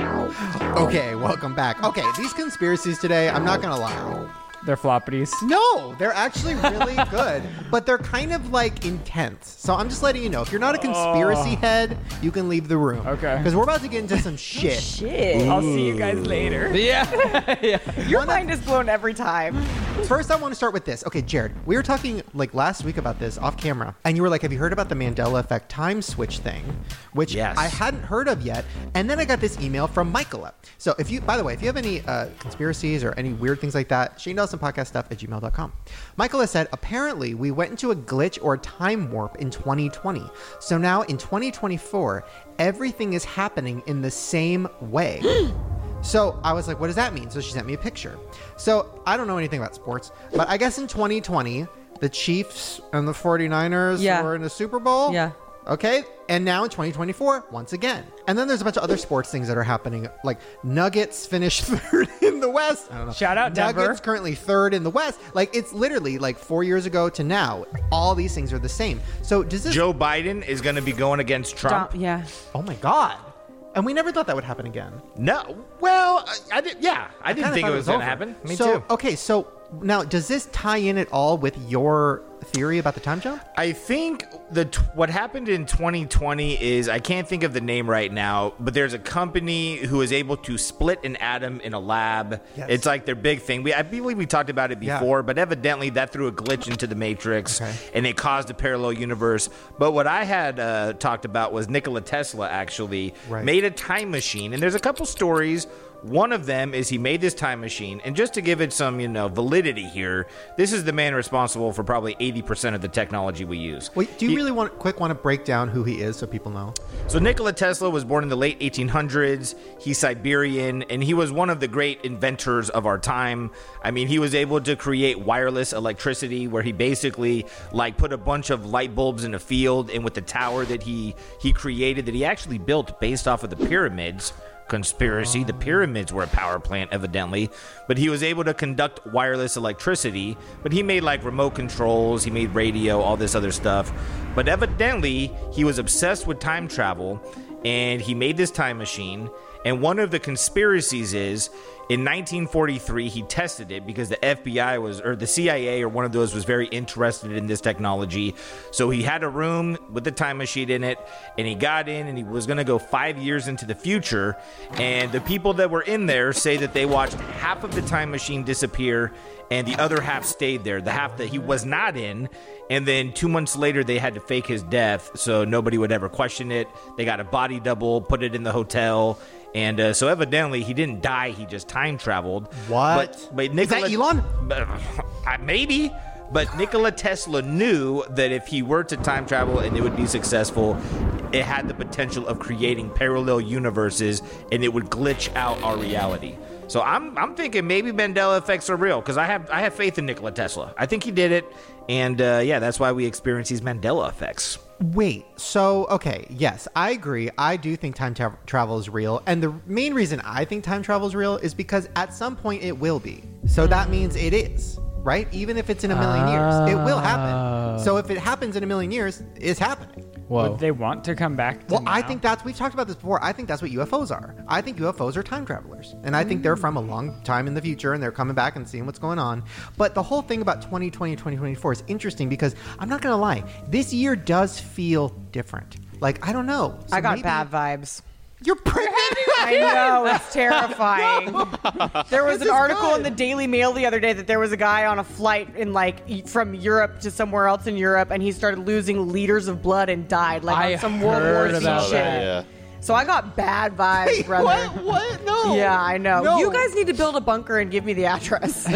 Okay, welcome back. Okay, these conspiracies today, I'm not gonna lie.
They're floppities.
No, they're actually really good, but they're kind of like intense. So I'm just letting you know if you're not a conspiracy head, you can leave the room.
Okay.
Because we're about to get into some shit.
Shit.
I'll see you guys later.
*laughs* Yeah. yeah.
Your mind is blown every time.
First, I want to start with this. Okay, Jared, we were talking like last week about this off camera, and you were like, Have you heard about the Mandela effect time switch thing? Which
Yes.
I hadn't heard of yet. And then I got this email from Michaela. So if you, by the way, if you have any uh, conspiracies or any weird things like that, Shane Dawson podcast stuff at gmail.com. Michaela said, Apparently, we went into a glitch or time warp in 2020. So now in 2024, everything is happening in the same way. *gasps* So I was like, what does that mean? So she sent me a picture. So I don't know anything about sports, but I guess in 2020, the Chiefs and the 49ers
Yeah.
were in the Super Bowl.
Yeah.
Okay. And now in 2024, once again. And then there's a bunch of other sports things that are happening. Like Nuggets finished *laughs* third in the West. I don't know.
Shout out Denver.
Nuggets currently third in the West. Like it's literally like four years ago to now. All these things are the same. So does this?
Joe Biden is going to be going against Trump.
Dom- yeah.
oh my God. And we never thought that would happen again.
No. Well, I, I did. Yeah, I didn't
kinda
think
thought
it was going to
over.
happen. Me
so,
too.
Okay, so now does this tie in at all with your theory about the time jump?
I think the t- what happened in 2020 is I can't think of the name right now, but there's a company who is able to split an atom in a lab.
Yes.
It's like their big thing. We, I believe we talked about it
Yeah.
before, but evidently that threw a glitch into the matrix
Okay.
and it caused a parallel universe. But what I had uh, talked about was Nikola Tesla actually
Right.
made a time machine, and there's a couple stories. One of them is he made this time machine, and just to give it some, you know, validity here, this is the man responsible for probably 80% of the technology we use.
Wait, do you
He-
really want quick want to break down who he is so people know?
so Nikola Tesla was born in the late 1800s. He's Siberian, and he was one of the great inventors of our time. I mean, he was able to create wireless electricity, where he basically like put a bunch of light bulbs in a field, and with the tower that he he created, that he actually built based off of the pyramids. Conspiracy. The pyramids were a power plant, evidently, but he was able to conduct wireless electricity. But he made like remote controls, he made radio, all this other stuff. But evidently, he was obsessed with time travel and he made this time machine. And one of the conspiracies is in 1943, he tested it because the FBI was, or the CIA, or one of those was very interested in this technology. So he had a room with the time machine in it, and he got in and he was going to go five years into the future. And the people that were in there say that they watched half of the time machine disappear and the other half stayed there, the half that he was not in. And then two months later, they had to fake his death so nobody would ever question it. They got a body double, put it in the hotel. And uh, so evidently, he didn't die, he just time traveled.
What?
But, but
Is that
Nikola,
Elon?
I- uh, Maybe. But Nikola Tesla knew that if he were to time travel and it would be successful, it had the potential of creating parallel universes and it would glitch out our reality. So I'm I'm thinking maybe Mandela effects are real because I have I have faith in Nikola Tesla. I think he did it, and uh, yeah, that's why we experience these Mandela effects.
Wait, so okay, yes, I agree. I do think time tra- travel is real, and the main reason I think time travel is real is because at some point it will be. So that means it is, right? Even if it's in a million years, it will happen. So if it happens in a million years, it's happening.
Whoa.
Would they want to come back? To
Well, I
now?
think that's we've talked about this before. I think that's what UFOs are. I think UFOs are time travelers, and I think they're from a long time in the future, and they're coming back and seeing what's going on. But the whole thing about 2020 2024 is interesting because I'm not gonna lie, this year does feel different. Like I don't know. So
I got
maybe-
bad vibes.
You're pregnant.
I know it's *laughs* terrifying. There was
This
an
is
article
good.
in the Daily Mail the other day that there was a guy on a flight in like e- from Europe to somewhere else in Europe, and he started losing liters of blood and died like
I
on some World
heard
War II
about
shit.
that,
yeah.
So I got bad vibes, brother.
what? *laughs* What? No.
Yeah, I know.
No.
You guys need to build a bunker and give me the *laughs* address.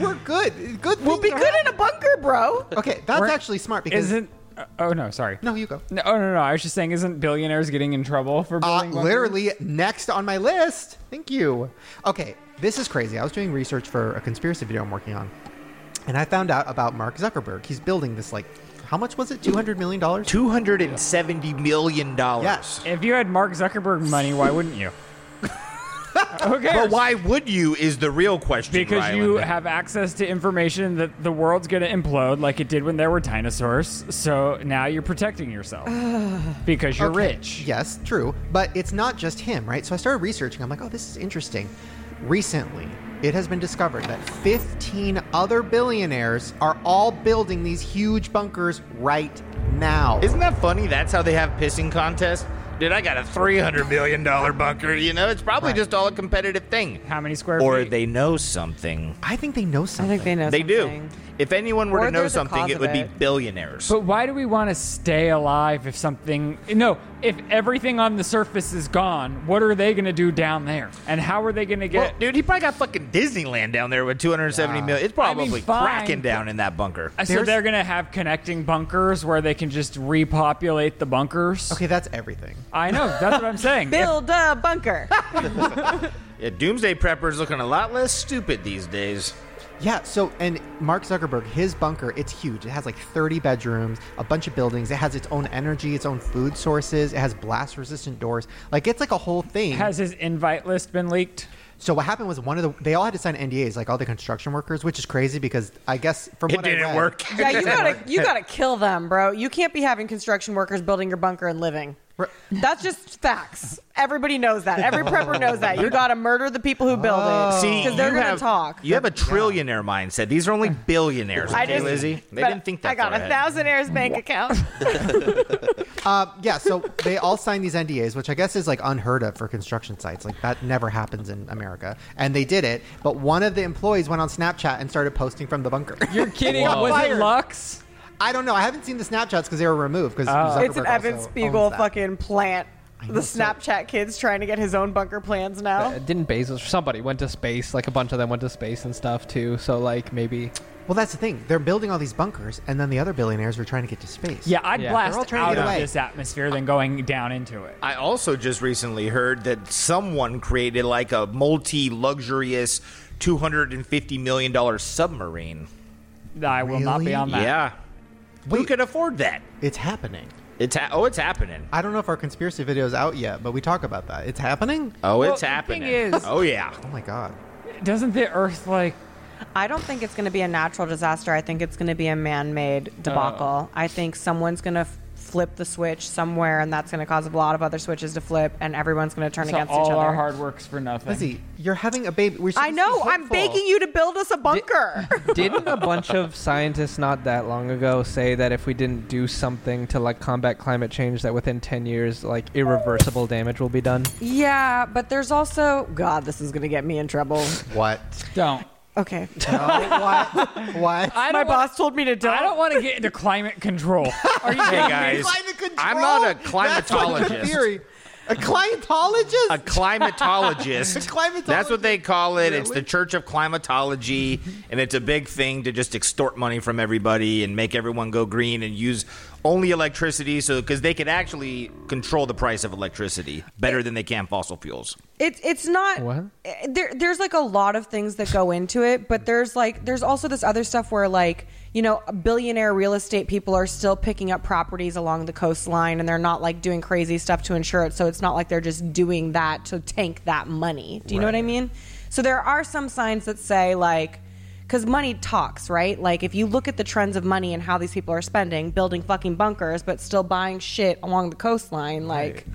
We're good. Good.
*laughs* we'll be good in a bunker, bro.
Okay, that's
We're-
actually smart because
Isn't? uh, Oh no, sorry.
no, you go.
No, oh, no, no. I was just saying, isn't billionaires getting in trouble for
Uh,
building? bunkers?
literally next on my list. Thank you. Okay, this is crazy. I was doing research for a conspiracy video I'm working on, and I found out about Mark Zuckerberg. He's building this like, how much was it? Two hundred million dollars.
Two hundred and seventy million dollars.
Yes.
If you had Mark Zuckerberg money, why wouldn't you? Who cares?
But why would you? Is the real question.
Because you
Ryland.
have access to information that the world's going to implode like it did when there were dinosaurs. So now you're protecting yourself because you're
Okay,
rich.
Yes, true. But it's not just him, right? So I started researching. I'm like, oh, this is interesting. Recently, it has been discovered that 15 other billionaires are all building these huge bunkers right now.
Isn't that funny? That's how they have pissing contests. Dude, I got a three hundred million dollar bunker. You know, it's probably
Right.
just all a competitive thing.
How many square
Or
feet?
they know something.
I think they know something.
know.
They do. If anyone were
Or
to know
they're the
something,
cause
it
of
would be
it.
billionaires.
But why do we want to stay alive if something. No, if everything on the surface is gone, what are they going to do down there? And how are they going to
Well,
get.
dude, he probably got fucking Disneyland down there with two hundred seventy million. It's probably
fine,
cracking
but-
down in that bunker.
so
there's-
they're going to have connecting bunkers where they can just repopulate the bunkers?
Okay, that's everything.
I know. That's what I'm
*laughs*
saying.
Build a bunker.
Yeah, doomsday preppers looking a lot less stupid these days.
Yeah, so and Mark Zuckerberg, his bunker, it's huge. It has like 30 bedrooms, a bunch of buildings. It has its own energy, its own food sources. It has blast resistant doors. Like it's like a whole thing.
Has his invite list been leaked?
so what happened was one of the they all had to sign NDAs, like all the construction workers, which is crazy because I guess from
It
what I
didn't
read-
work.
Yeah, you gotta you gotta kill them, bro. You can't be having construction workers building your bunker and living. That's just facts. Everybody knows that. Every prepper knows that. You gotta murder the people who build it
Oh. See,
because they're
you
gonna
have,
talk.
You have a trillionaire mindset. These are only billionaires.
I
Okay,
just-
Lizzie, they
but
didn't think that.
I
far
got a
ahead.
thousand airs bank account.
Uh, yeah, so they all signed these NDAs, which I guess is like unheard of for construction sites. Like that never happens in America, and they did it. But one of the employees went on Snapchat and started posting from the bunker.
You're kidding.
Whoa.
Was it
Fired.
Lux? Oh.
I don't know. I haven't seen the Snapchats because they were removed. Because
it's an Evan Spiegel fucking plant. The Snapchat kid's trying to get his own bunker plans now.
Uh, didn't Bezos or somebody went to space? Like a bunch of them went to space and stuff too. So like maybe
Well, that's the thing. They're building all these bunkers, and then the other billionaires were trying to get to space.
Yeah, I'd
Yeah.
They're all
blast
trying to
out
get
of
away.
this atmosphere than going down into it.
I also just recently heard that someone created like a multi-luxurious, two hundred and fifty million dollar submarine.
I will not be
Really?
on that.
Yeah, who could afford that?
it's happening.
It's ha- oh, it's happening.
I don't know if our conspiracy video is out yet, but we talk about that. It's happening.
Oh,
Well,
it's
the thing
happening.
is-
oh yeah.
Oh my god.
Doesn't the Earth like?
I don't think it's going to be a natural disaster. I think it's going to be a man-made
Oh.
debacle. I think someone's going to f- flip the switch somewhere, and that's going to cause a lot of other switches to flip, and everyone's going to turn
So
against
all
each other.
our hard works for nothing.
Lizzie, you're having a baby. We're supposed
I
to be
know. I'm
hopeful.
begging you to build us a bunker.
*laughs* didn't a bunch of scientists not that long ago say that if we didn't do something to like combat climate change, that within ten years like irreversible damage will be done?
*laughs* yeah, but there's also God. This is going to get me in trouble.
What? Oh,
Don't.
Okay.
what? *laughs* What?
I
My
don't wanna-
boss told me to do
I don't want to get into climate control. Are you
Hey
kidding me?
guys,
Climate control?
I'm not a
That's not the
climatologist.
theory. A climatologist?
A climatologist. *laughs*
Climatologist.
That's what they call it. It's the
Really?
Church of Climatology, and it's a big thing to just extort money from everybody and make everyone go green and use only electricity, so because they could actually control the price of electricity better than they can fossil fuels.
It's it's not
What?
eh, there there's like a lot of things that go into it, but there's like there's also this other stuff where like, you know, billionaire real estate people are still picking up properties along the coastline and they're not like doing crazy stuff to insure it, so it's not like they're just doing that to tank that money. Do you know what I mean? So there are some signs that say like because money talks, right? Like, if you look at the trends of money and how these people are spending, building fucking bunkers, but still buying shit along the coastline, like,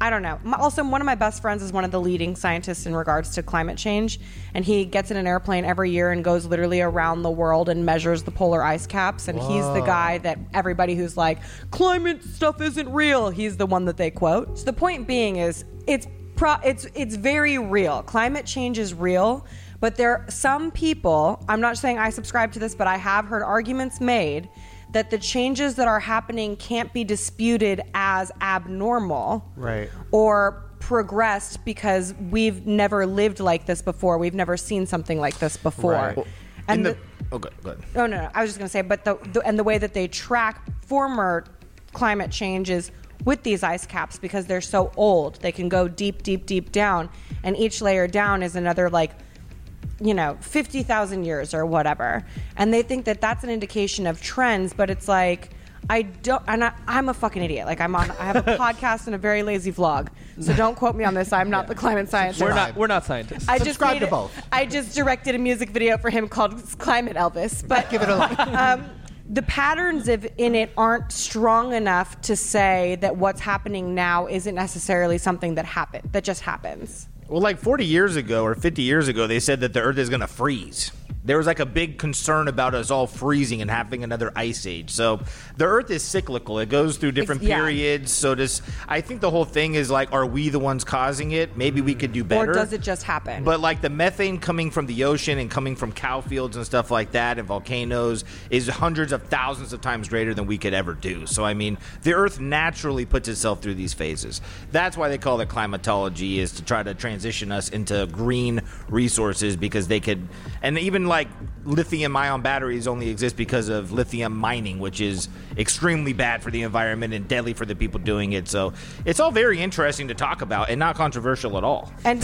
I don't know. My, also, one of my best friends is one of the leading scientists in regards to climate change, and he gets in an airplane every year and goes literally around the world and measures the polar ice caps. And he's the guy that everybody who's like, climate stuff isn't real, he's the one that they quote. So the point being is, it's pro- it's it's very real. Climate change is real, but there are some people. I'm not saying I subscribe to this, but I have heard arguments made that the changes that are happening can't be disputed as abnormal
Right.
or progressed because we've never lived like this before. We've never seen something like this before.
Right. Well,
And
In
the,
oh, good, good.
no, no, no. I was just gonna say, but the, the and the way that they track former climate changes with these ice caps because they're so old, they can go deep, deep, deep down, and each layer down is another like, you know, fifty thousand years or whatever. And they think that that's an indication of trends, but it's like. I don't, and I, I'm a fucking idiot. Like I'm on, I have a podcast and a very lazy vlog. So don't quote me on this. I'm not the climate scientist.
We're not we're not scientists.
I
Subscribe
just
to
made it-
both.
I just directed a music video for him called "Climate Elvis," but
Give it a like.
um, the patterns of, in it aren't strong enough to say that what's happening now isn't necessarily something that happened that just happens.
Well, like 40 years ago or 50 years ago, they said that the Earth is going to freeze. There was like a big concern about us all freezing and having another ice age. So the Earth is cyclical; it goes through different
Ex- yeah.
periods. So does I think the whole thing is like, are we the ones causing it? Maybe we could do better,
does it just happen?
But like the methane coming from the ocean and coming from cow fields and stuff like that and volcanoes is hundreds of thousands of times greater than we could ever do. So I mean, the Earth naturally puts itself through these phases. That's why they call it climatology is to try to transition us into green resources because they could. And even like lithium ion batteries only exist because of lithium mining, which is extremely bad for the environment and deadly for the people doing it. So it's all very interesting to talk about and not controversial at all.
And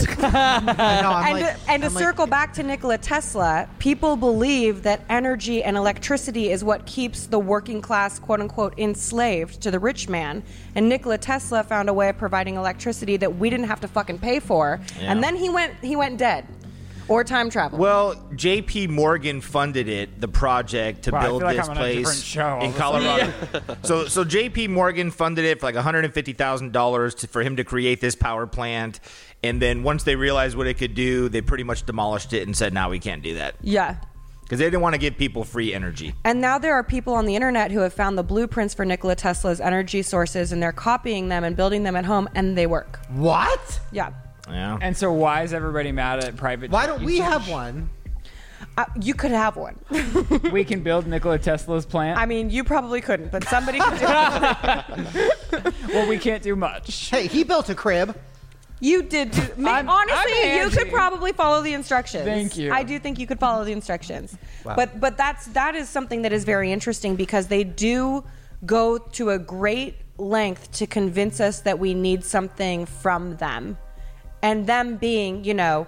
and, to, and to circle back to Nikola Tesla, people believe that energy and electricity is what keeps the working class, quote unquote, enslaved to the rich man. And Nikola Tesla found a way of providing electricity that we didn't have to fucking pay for.
Yeah.
And then he went he went dead, or time travel.
Well, J.P. Morgan funded it, the project to
Wow, I
build
feel like
this
I'm on a different
place
show all
in
of a sudden.
Colorado. *laughs* so, so J.P. Morgan funded it for like 150 thousand dollars for him to create this power plant. And then once they realized what it could do, they pretty much demolished it and said, "Now we can't do that."
yeah.
Because they didn't want to give people free energy.
And now there are people on the internet who have found the blueprints for Nikola Tesla's energy sources, and they're copying them and building them at home, and they work.
*laughs* What?
Yeah.
Yeah.
And so why is everybody mad at private?
Why
jet
don't we
usage?
have one?
Uh, you could have one.
We can build Nikola Tesla's plant.
I mean, you probably couldn't, but somebody could do it.
well, we can't do much.
Hey, he built a crib.
You did do. Ma-
I'm-
honestly,
I'm
you could
Angie.
probably follow the instructions.
Thank you.
I do think you could follow the instructions. But but that's that is something that is very interesting because they do go to a great length to convince us that we need something from them, and them being you know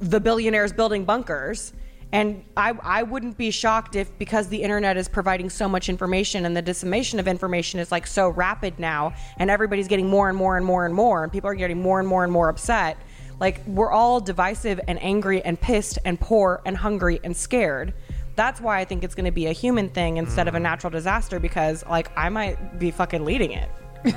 the billionaires building bunkers. And I, I wouldn't be shocked if, because the internet is providing so much information and the dissemination of information is like so rapid now, and everybody's getting more and more and more and more, and people are getting more and more and more upset. Like, we're all divisive and angry and pissed and poor and hungry and scared. That's why I think it's going to be a human thing instead of a natural disaster because, like, I might be fucking leading it. *laughs*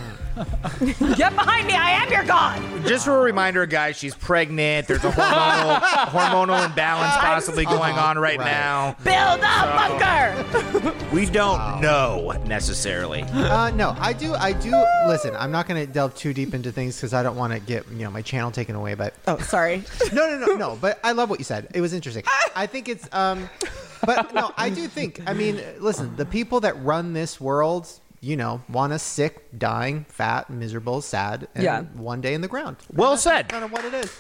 Get behind me, I am your god!
Just for a reminder, guys, she's pregnant. There's a hormonal, hormonal imbalance possibly going on right, now.
Build up, bunker!
We don't know necessarily.
Uh, no, I do. I do. Listen, I'm not going to delve too deep into things because I don't want to get you know my channel taken away. But
Oh, sorry.
*laughs* no, no, no, no. But I love what you said. It was interesting. I think it's. Um, but no, I do think. I mean, listen, the people that run this world, you know, want us sick, dying, fat, miserable, sad, and
Yeah.
one day in the ground.
Well
That's
said.
Kind of what it is.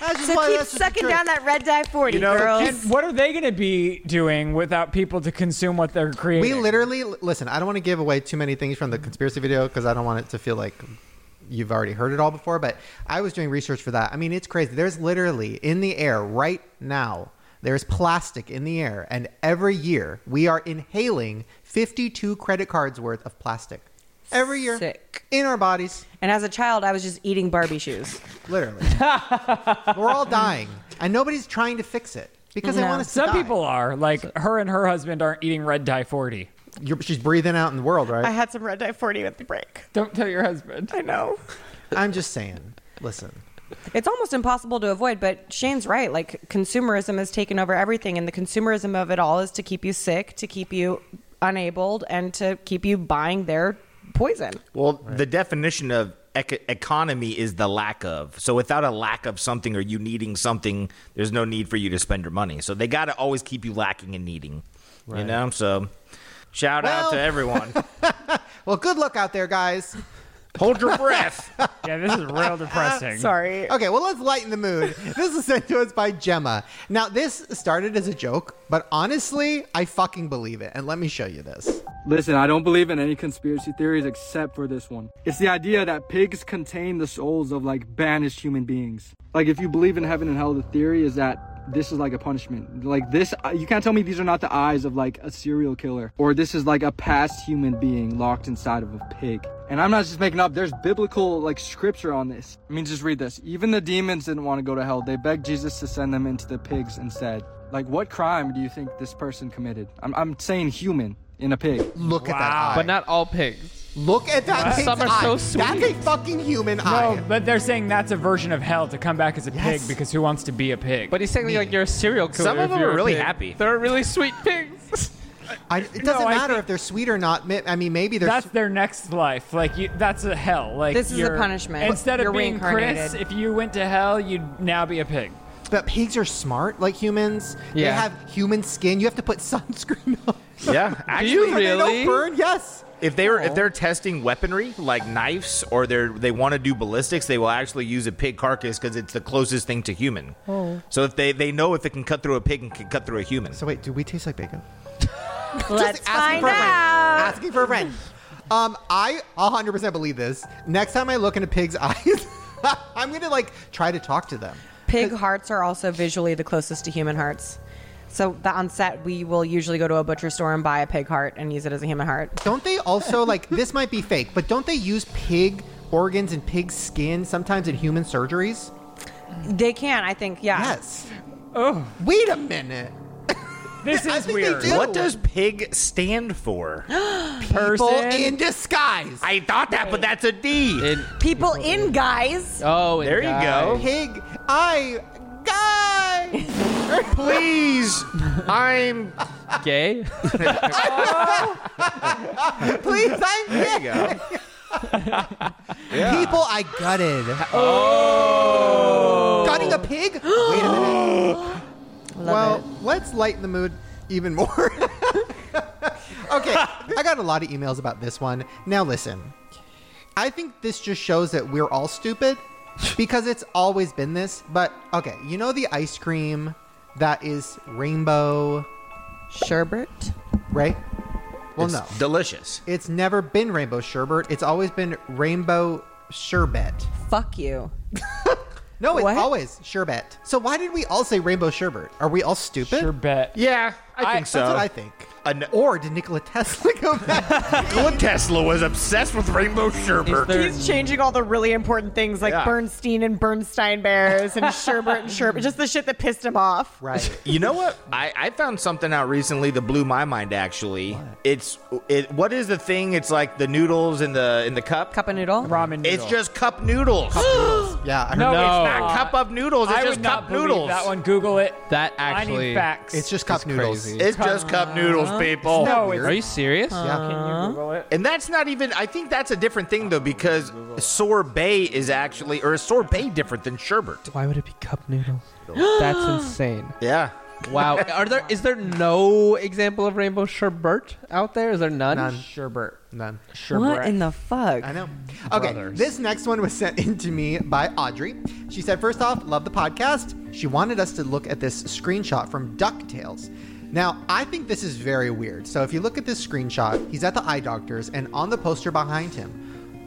That's just
So
why-
keep
that's just the
sucking
truth.
down that red dye 40,
know,
girls.
And what are they going to be doing without people to consume what they're creating?
We literally listen. I don't want to give away too many things from the conspiracy video because I don't want it to feel like you've already heard it all before. But I was doing research for that. I mean, it's crazy. There's literally in the air right now. There's plastic in the air, and every year we are inhaling 52 credit cards worth of plastic. Every year,
Sick.
in our bodies,
And as a child, I was just eating Barbie shoes.
literally. We're all dying, and nobody's trying to fix it because they
No.
want us to
Some
die.
people are like her and her husband aren't eating red dye forty.
You're, she's breathing out in the world, right?
I had some red dye 40 at the break.
Don't tell your husband.
I know.
I'm just saying. Listen,
It's almost impossible to avoid, but Shane's right. Like, consumerism has taken over everything, and the consumerism of it all is to keep you sick, to keep you unabled, and to keep you buying their poison.
Well, the definition of ec- economy is the lack of. So without a lack of something or you needing something, there's no need for you to spend your money. So they got to always keep you lacking and needing. You know? So shout out to
Well-
everyone.
well, good luck out there, guys.
Hold your breath.
Yeah, this is real depressing.
Sorry.
Okay, well, let's lighten the mood. *laughs* This is sent to us by Gemma. Now, this started as a joke, but honestly, I fucking believe it. And let me show you this.
Listen, I don't believe in any conspiracy theories except for this one. It's the idea that pigs contain the souls of like banished human beings. Like if you believe in heaven and hell, the theory is that this is like a punishment. Like this, uh, you can't tell me these are not the eyes of like a serial killer or this is like a past human being locked inside of a pig. And I'm not just making up, there's biblical like scripture on this. I mean, just read this. Even the demons didn't want to go to hell. They begged Jesus to send them into the pigs instead. Like what crime do you think this person committed? I'm, I'm saying human in a pig.
Look at that eye.
But not all pigs.
Look at that pig's
Some are
eye.
so
That's a fucking human
No,
eye.
but they're saying that's a version of hell to come back as a pig
Yes.
because who wants to be a pig?
But he's technically like you're a serial killer.
Some of
if
them
you're
are
a
really
pig.
happy.
They're really sweet
*laughs*
pigs.
I, it doesn't
No, I
matter
think-
if they're sweet or not. Mi- I mean, maybe they're.
that's
s-
their next life. Like you, that's a hell. Like
This is a
you're-
punishment.
Instead
You're
of being Chris,
reincarnated.
if you went to hell, you'd now be a pig.
But pigs are smart like humans. They
Yeah.
have human skin. You have to put *laughs* sunscreen on.
*laughs* Yeah, actually,
They don't burn. Yes.
If they were, if they're testing weaponry like knives, or they're they want to do ballistics, they will actually use a pig carcass because it's the closest thing to human.
Oh.
So if they they know if it can cut through a pig and can cut through a human.
So wait, do we taste like bacon?
Let's
asking
find
for a friend.
out.
Asking for a friend. Um, I 100% believe this. Next time I look into pigs' *laughs* eyes, I'm gonna like try to talk to them.
Pig hearts are also visually the closest to human hearts. So the, on set, we will usually go to a butcher store and buy a pig heart and use it as a human heart.
Don't they also like this might be fake, but don't they use pig organs and pig skin sometimes in human surgeries?
They can, I think. Yeah.
Yes. Oh, wait a minute.
This
is weird.
What does pig stand for?
People in disguise.
I thought that, but that's a D.
People in guys.
oh,
there you go.
Pig. I. Guy.
*laughs* Please, I'm *laughs*
gay.
Please, I'm
There you
gay. *laughs*
Yeah.
People I gutted. Gutting a pig? Wait a minute. well, let's lighten the mood even more. *laughs* okay, I got a lot of emails about this one. Now, listen. I think this just shows that we're all stupid because it's always been this. But, okay, you know the ice cream that is rainbow
sherbet?
Right? Well,
It's
no.
delicious.
It's never been rainbow sherbet. It's always been rainbow sherbet.
Fuck you.
No, it's always sherbet. So why did we all say rainbow sherbet? Are we all stupid?
Sherbet.
Yeah, I, think so.
That's what I think.
An-
or did Nikola Tesla go back?
Nikola Tesla was obsessed with rainbow sherbet.
He's changing all the really important things like
Yeah.
Bernstein and Bernstein Bears and sherbet and sherbet, just the shit that pissed him off.
right.
You know what? I, I found something out recently that blew my mind. Actually, it's it. What is the thing? It's like the noodles in the in the cup.
Cup of noodle.
Ramen noodle.
It's just cup noodles. *gasps*
Yeah, I heard
no, it's
Not
not.
cup of noodles. It's
I
just
would not
cup
believe
noodles.
that one. Google it.
That
I need
actually.
facts.
it's just cup
is
noodles.
crazy.
It's just cup noodles, people.
no,
Are you serious?
Yeah.
Can you Google it?
And that's not even. I think that's a different thing though, because sorbet is actually, or is sorbet different than sherbet?
Why would it be cup *gasps* noodles? That's insane.
Yeah.
Wow. Are there is there no example of rainbow sherbet out there? Is there none?
None.
Sherbet.
None.
What in the fuck?
I know. Okay, this next one was sent in to me by Audrey. She said, first off, love the podcast. She wanted us to look at this screenshot from DuckTales. Now, I think this is very weird. So if you look at this screenshot, he's at the eye doctor's and on the poster behind him.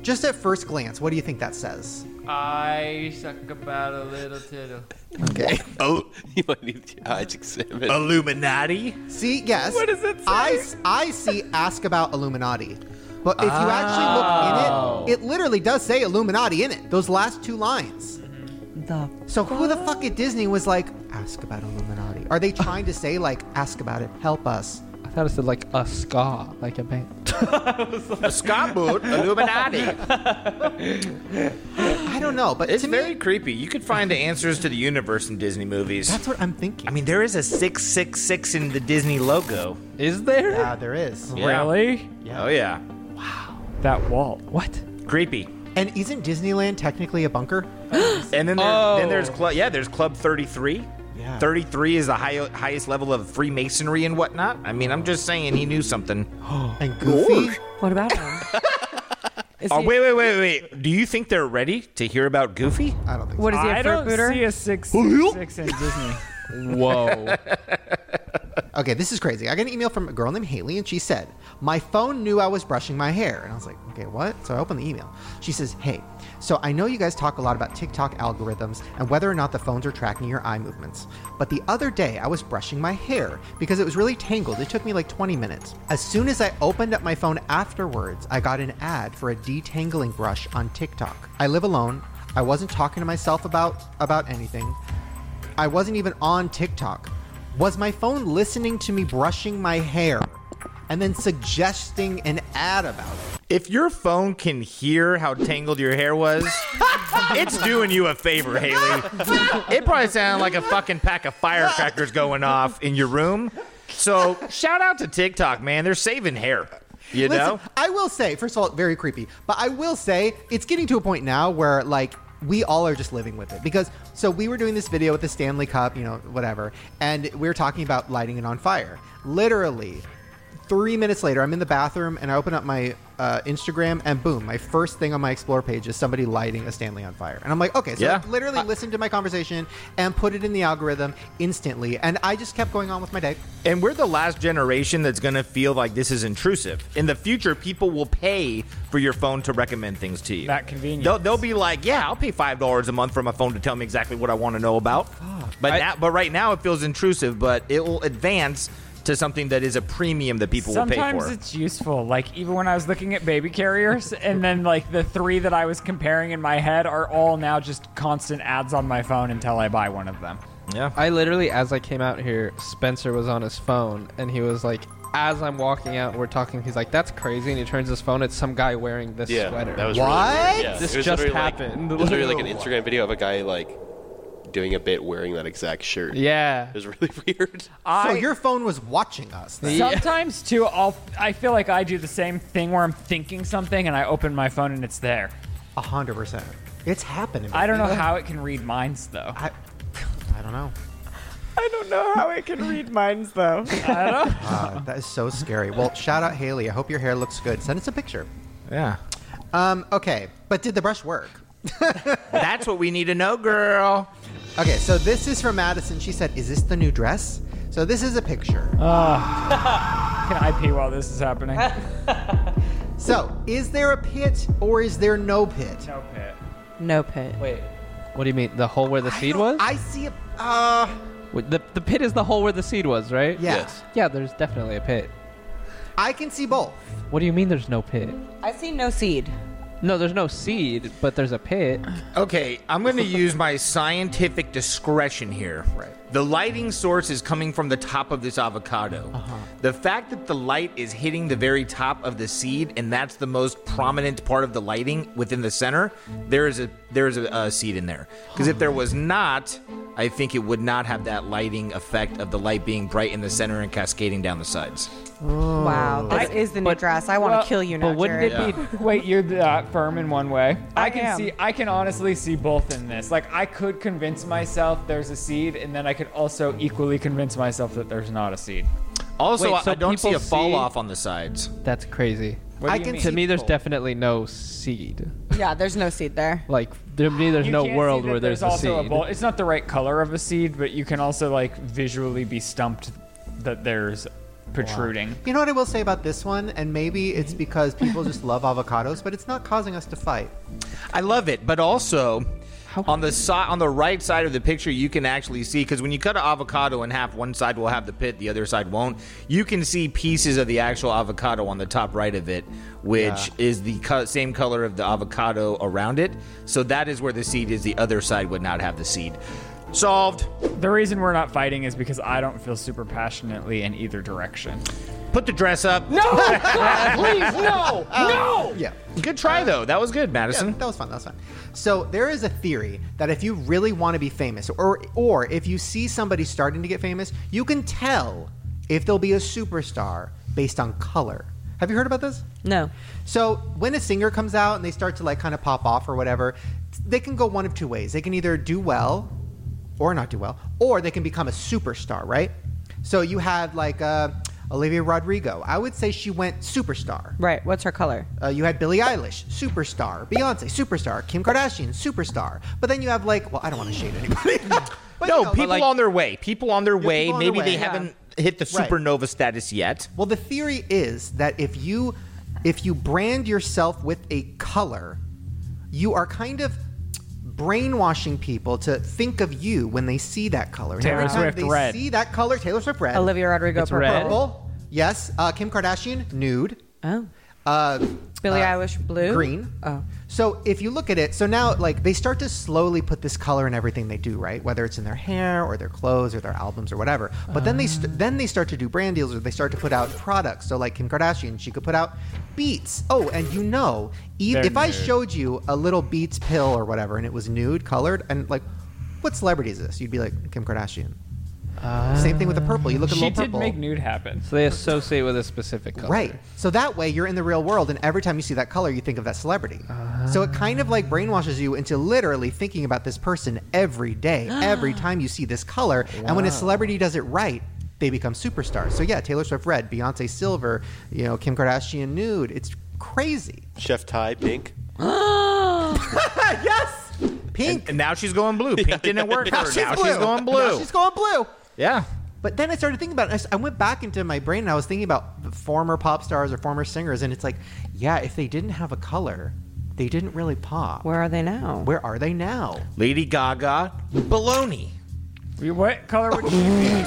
Just at first glance, what do you think that says?
I suck about a little tittle.
Okay.
Oh,
*laughs* you might need to eyes examined.
Illuminati.
See, yes. What does it say? I, s- I see ask about Illuminati. But if you actually look in it, it literally does say Illuminati in it. Those last two lines.
The
So who the fuck at Disney was like, ask about Illuminati? Are they trying to say like, ask about it, help us?
I thought it said like a ska, like a band. *laughs*
A ska boot, Illuminati.
I don't know, but
*laughs* It's
to
very
me,
creepy. You could find the answers to the universe in Disney movies.
that's what I'm thinking.
I mean, there is a 666 in the Disney logo.
Is there?
yeah, Ah, there is.
Really?
Yeah. Oh, yeah.
That wall.
What?
Creepy.
And isn't Disneyland technically a bunker?
And then, there,
Oh.
then there's Club, yeah, there's Club 33.
Yeah.
33 is the high, highest level of Freemasonry and whatnot. I mean, I'm just saying he knew something.
And Goofy?
What about him? Is
Oh,
he-
wait, wait, wait, wait. Do you think they're ready to hear about Goofy?
I don't think
What is he a
I
fruit
don't
booter?
see a six six in Disney.
*laughs* Whoa.
so. Okay, this is crazy. I got an email from a girl named Haley, and she said, My phone knew I was brushing my hair. And I was like, Okay, what? So I opened the email. She says, Hey, so I know you guys talk a lot about TikTok algorithms and whether or not the phones are tracking your eye movements. But the other day, I was brushing my hair because it was really tangled. It took me like 20 minutes. As soon as I opened up my phone afterwards, I got an ad for a detangling brush on TikTok. I live alone. I wasn't talking to myself about about anything. I wasn't even on TikTok. Was my phone listening to me brushing my hair and then suggesting an ad about it?
If your phone can hear how tangled your hair was, it's doing you a favor, Haley. It probably sounded like a fucking pack of firecrackers going off in your room. So shout out to TikTok, man. They're saving hair. You
Listen,
know?
I will say, first of all, very creepy, but I will say it's getting to a point now where like we all are just living with it because so we were doing this video with the Stanley Cup, you know, whatever, and we were talking about lighting it on fire. Literally, three minutes later, I'm in the bathroom and I open up my uh, Instagram and boom, my first thing on my explore page is somebody lighting a Stanley on fire, and I'm like, okay, so
Yeah.
literally listen to my conversation and put it in the algorithm instantly, and I just kept going on with my day.
And we're the last generation that's going to feel like this is intrusive. In the future, people will pay for your phone to recommend things to you. That convenient. They'll, they'll be like, "Yeah, I'll pay five dollars a month for my phone to tell me exactly what I want to know about." But now, but right now, it feels intrusive. But it will advance to something that is a premium that people will
Sometimes
pay for.
it's useful. Like even when I was looking at baby carriers, *laughs* and then like the three that I was comparing in my head are all now just constant ads on my phone until I buy one of them.
Yeah.
I literally, as I came out here, Spencer was on his phone and he was like, as I'm walking out and we're talking, he's like, that's crazy. And he turns his phone, it's some guy wearing this
yeah,
sweater.
that was Really
What?
weird. Yeah.
This
It was
just
literally
happened.
Like, it was literally like an Instagram video of a guy like doing a bit wearing that exact shirt.
Yeah.
it was really *laughs* weird.
so your phone was watching us. then.
Sometimes too, I'll I feel like I do the same thing where I'm thinking something and I open my phone and it's there.
A hundred percent. It's happening.
I don't know
Yeah.
how it can read minds though. I,
I don't know.
I don't know how it can read minds though. *laughs* I don't.
*laughs* Wow, Ah, that is so scary. Well, shout out Haley. I hope your hair looks good. Send us a picture.
Yeah.
Um, okay, but did the brush work?
That's what we need to know, girl.
Okay, so this is from Madison. She said, "Is this the new dress?" So this is a picture.
Can I pee while this is
*laughs*
happening?
So, is there a pit or is there no pit?
No pit.
No pit. Wait. What do you mean? The hole where the seed was?
I see a. Uh,
Wait, the, the pit is the hole where the seed was, right?
Yeah. Yes.
Yeah, there's definitely a pit.
I can see both.
What do you mean there's no pit?
I see no seed.
No, there's no seed, but there's a pit.
Okay, I'm
*laughs*
going to use my scientific discretion here. Right. The lighting source is coming from the top of this avocado.
Uh-huh.
The fact that the light is hitting the very top of the seed, and that's the most prominent part of the lighting within the center, there is a there is a, a seed in there. Because if there was not, I think it would not have that lighting effect of the light being bright in the center and cascading down the sides.
Wow, this is the new dress. I want to kill you now.
But wouldn't
Jared.
it be? Wait, you're that firm in one way. I,
I
can
am.
see. I can honestly see both in this. Like, I could convince myself there's a seed, and then I could also equally convince myself that there's not a seed.
Also,
Wait,
I-
so
I don't see a
people
fall
see-
off on the sides.
That's crazy.
What do I you can mean?
to
see
me, there's
both.
definitely no seed.
Yeah, there's no seed there.
Like to me, there's
You
no
can't see
world
that
where there's, a
also
seed.
bul- it's not the right color of a seed, but you can also like visually be stumped that there's protruding.
You know what I will say about this one, and maybe it's because people just love avocados, but it's not causing us to fight.
I love it, but also on the side, on the right side of the picture, you can actually see because when you cut an avocado in half, one side will have the pit, the other side won't. You can see pieces of the actual avocado on the top right of it, which is the co- same color of the avocado around it. So that is where the seed is. The other side would not have the seed. Solved.
The reason we're not fighting is because I don't feel super passionately in either direction.
Put the dress up.
No, God, please, no, no.
Yeah.
Good try though. That was good, Madison.
that was fun. That was fun. So there is a theory that if you really want to be famous, or or if you see somebody starting to get famous, you can tell if they'll be a superstar based on color. Have you heard about this?
No.
So when a singer comes out and they start to like kind of pop off or whatever, they can go one of two ways. They can either do well or not do well, or they can become a superstar, right? So you had like uh, Olivia Rodrigo. I would say she went superstar.
Right. What's her color?
Uh, you had Billie Eilish, superstar. Beyonce, superstar. Kim Kardashian, superstar. But then you have like, well, I don't want to shade anybody. *laughs* But,
no,
you know,
people
like-
on their way. People on their
Yeah,
way.
people on their
Maybe
way,
they
yeah.
haven't hit the
Right.
supernova status yet.
Well, the theory is that if you if you brand yourself with a color, you are kind of brainwashing people to think of you when they see that color. And
Taylor
every time
Swift
they
red.
see that color, Taylor Swift red.
Olivia Rodrigo
It's
purple.
red. purple. Yes. Uh, Kim Kardashian nude.
Oh.
Uh,
Billie Eilish blue.
green.
Oh.
So if you look at it, so now like they start to slowly put this color in everything they do, right? Whether it's in their hair or their clothes or their albums or whatever. But then they
Oh.
st- then they start to do brand deals or they start to put out products. So like Kim Kardashian, she could put out beats. Oh, and you know, e-
They're
if I
nude.
showed you a little beats pill or whatever and it was nude colored and like what celebrity is this? You'd be like Kim Kardashian. Same thing with the purple. You look at
Uh, She
little
did
purple.
make nude happen.
So they associate with a specific color.
Right. So that way you're in the real world, and every time you see that color, you think of that celebrity. So it kind of like brainwashes you into literally thinking about this person every day, every time you see this color. And when a
Wow.
celebrity does it right, they become superstars. So yeah, Taylor Swift red, Beyonce silver, you know, Kim Kardashian nude. It's crazy.
Chef Ty pink.
yes. Pink.
And, and now she's going blue. Pink didn't work for her. Now she's going
Now
blue.
she's going blue.
Yeah.
But then I started thinking about it. I s- I went back into my brain and I was thinking about the former pop stars or former singers, and it's like, yeah, if they didn't have a color, they didn't really pop. Where
are they now?
Where are they now?
Lady Gaga, baloney.
What color would she be?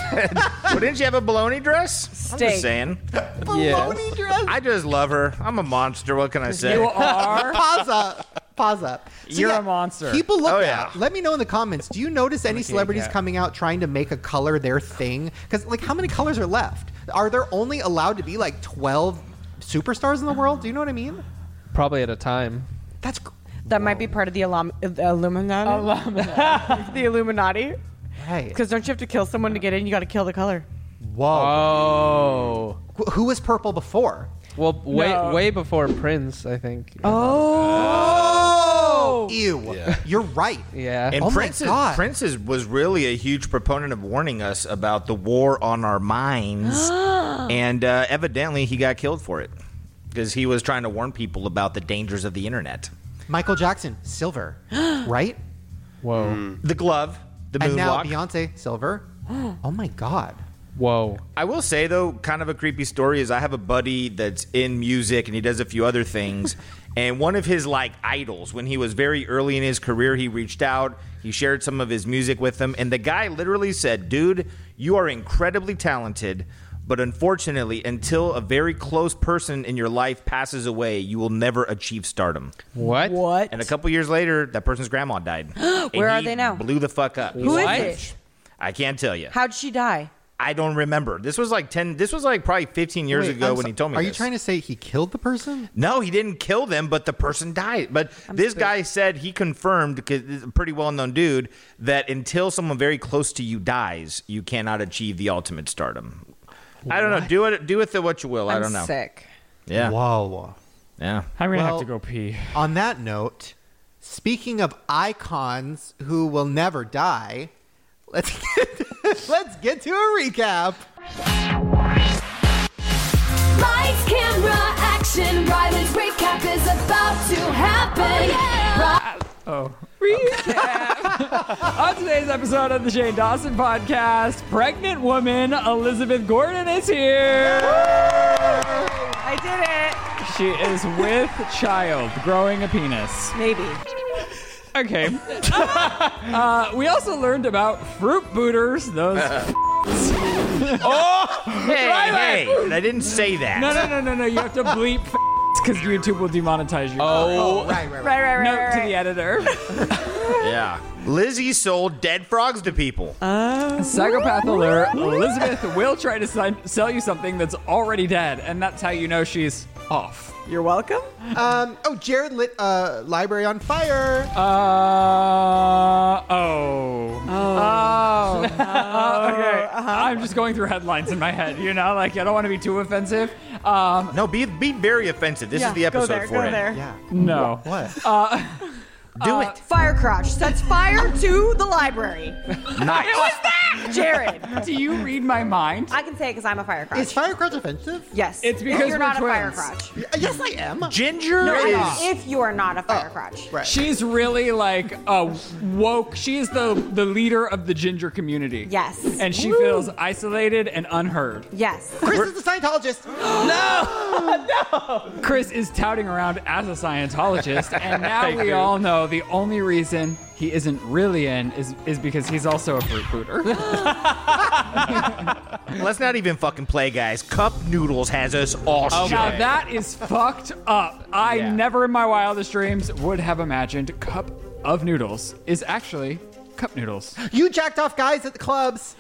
well, didn't she have a baloney dress? I'm
Steak.
just saying.
Baloney dress.
*laughs*
I just love her. I'm a monster. What can I say?
You are.
Pause up. Pause up.
You're a monster.
People look
Oh,
at.
yeah.
Let me know in the comments. Do you notice any
Okay,
celebrities
yeah.
coming out trying to make a color their thing? Because like, how many colors are left? Are there only allowed to be like twelve superstars in the world? Do you know what I mean?
Probably at a time.
That's
that might be part of the, alum, uh, the Illuminati. *laughs* the Illuminati.
Right.
Because don't you have to kill someone to get in? You got to kill the color.
Whoa.
Who was purple before?
Oh. Well, way
No.
way before Prince, I think.
Oh. Ew. You're right.
Yeah.
And
Oh my
Prince, is-
God.
Prince is- was really a huge proponent of warning us about the war on
*gasps*
our minds. and uh, evidently, he got killed for it because he was trying to warn people about the dangers of the internet.
Michael Jackson, *gasps* silver, right?
Whoa.
The glove, the
and now
moonwalk.
Beyonce, *gasps* silver. oh my God.
Whoa.
I will say though, kind of a creepy story is I have a buddy that's in music and he does a few other
*laughs*
things. and one of his like idols, when he was very early in his career, he reached out, he shared some of his music with them, and the guy literally said, "Dude, you are incredibly talented." But unfortunately, until a very close person in your life passes away, you will never achieve stardom.
What?
What?
And a couple years later, that person's grandma died. And
*gasps* Where are
he
they now?
Blew the fuck up.
Who is
He's
it?
huge. I can't tell you.
How'd she die?
I don't remember. This was like ten. This was like probably fifteen years
Wait,
ago
I'm
when
so-
he told me.
Are you
this.
trying to say he killed the person?
No, he didn't kill them, but the person died. But this guy said he confirmed, 'cause this is a pretty well-known dude, that until someone very close to you dies, you cannot achieve the ultimate stardom. I don't know. Do it. Do with it what you will. I
I'm
don't know.
sick.
Yeah.
Wow.
Yeah.
I'm gonna
Well-
have to go pee.
On that note, speaking of icons who will never die, let's *laughs* get, let's get to a recap.
Lights, camera, action. Ryland's recap is about to happen.
Oh. On today's episode of the Shane Dawson podcast, pregnant woman Elizabeth Gordon is here.
I did
She is with child, growing a penis.
Maybe.
Okay. *laughs* uh, we also learned about fruit booters. *laughs* Those. oh,
Hey, hey! I didn't say that.
No, no, no, no, no. You have to bleep because YouTube will demonetize you. Oh,
right,
right,
right, right,
Note
right,
to the editor.
Yeah. Lizzie sold dead frogs to people.
*laughs*
Uh,
Psychopath alert. Elizabeth will try to sign, sell you something that's already dead, and that's how you know she's off.
You're welcome.
Um, oh, Jared lit uh, library on fire.
Uh oh. *laughs* Oh. uh-huh. okay. I'm just going through headlines in my head, you know, like I don't want to be too offensive. Um
No, be be very offensive. This
Yeah,
is the
go
episode
there,
for
go
it.
there.
Yeah.
No.
What?
Uh,
Do
Uh, Fire crotch sets fire to the library. *laughs*
Nice.
It was that, Jared.
Do you read my mind?
I can say it because I'm a fire crotch.
Is firecrotch offensive?
yes.
It's because we're
you're not a fire
twins.
crotch.
Yes, I am.
Ginger
No,
is.
I mean, if you are not a fire crotch.
Right.
She's really like a woke. She is the the leader of the ginger community.
Yes.
And she
Woo.
feels isolated and unheard.
Yes.
Chris is a Scientologist.
Chris is touting around as a Scientologist,
*laughs*
and now
Thank
we
you.
all know the only reason he isn't really in is is because he's also a fruit
*laughs*
booter.
Let's not even fucking play, guys. Cup noodles has us all shook.
Now Oh, that is fucked up. I never in my wildest dreams would have imagined cup of noodles is actually cup noodles.
You jacked off guys at the clubs.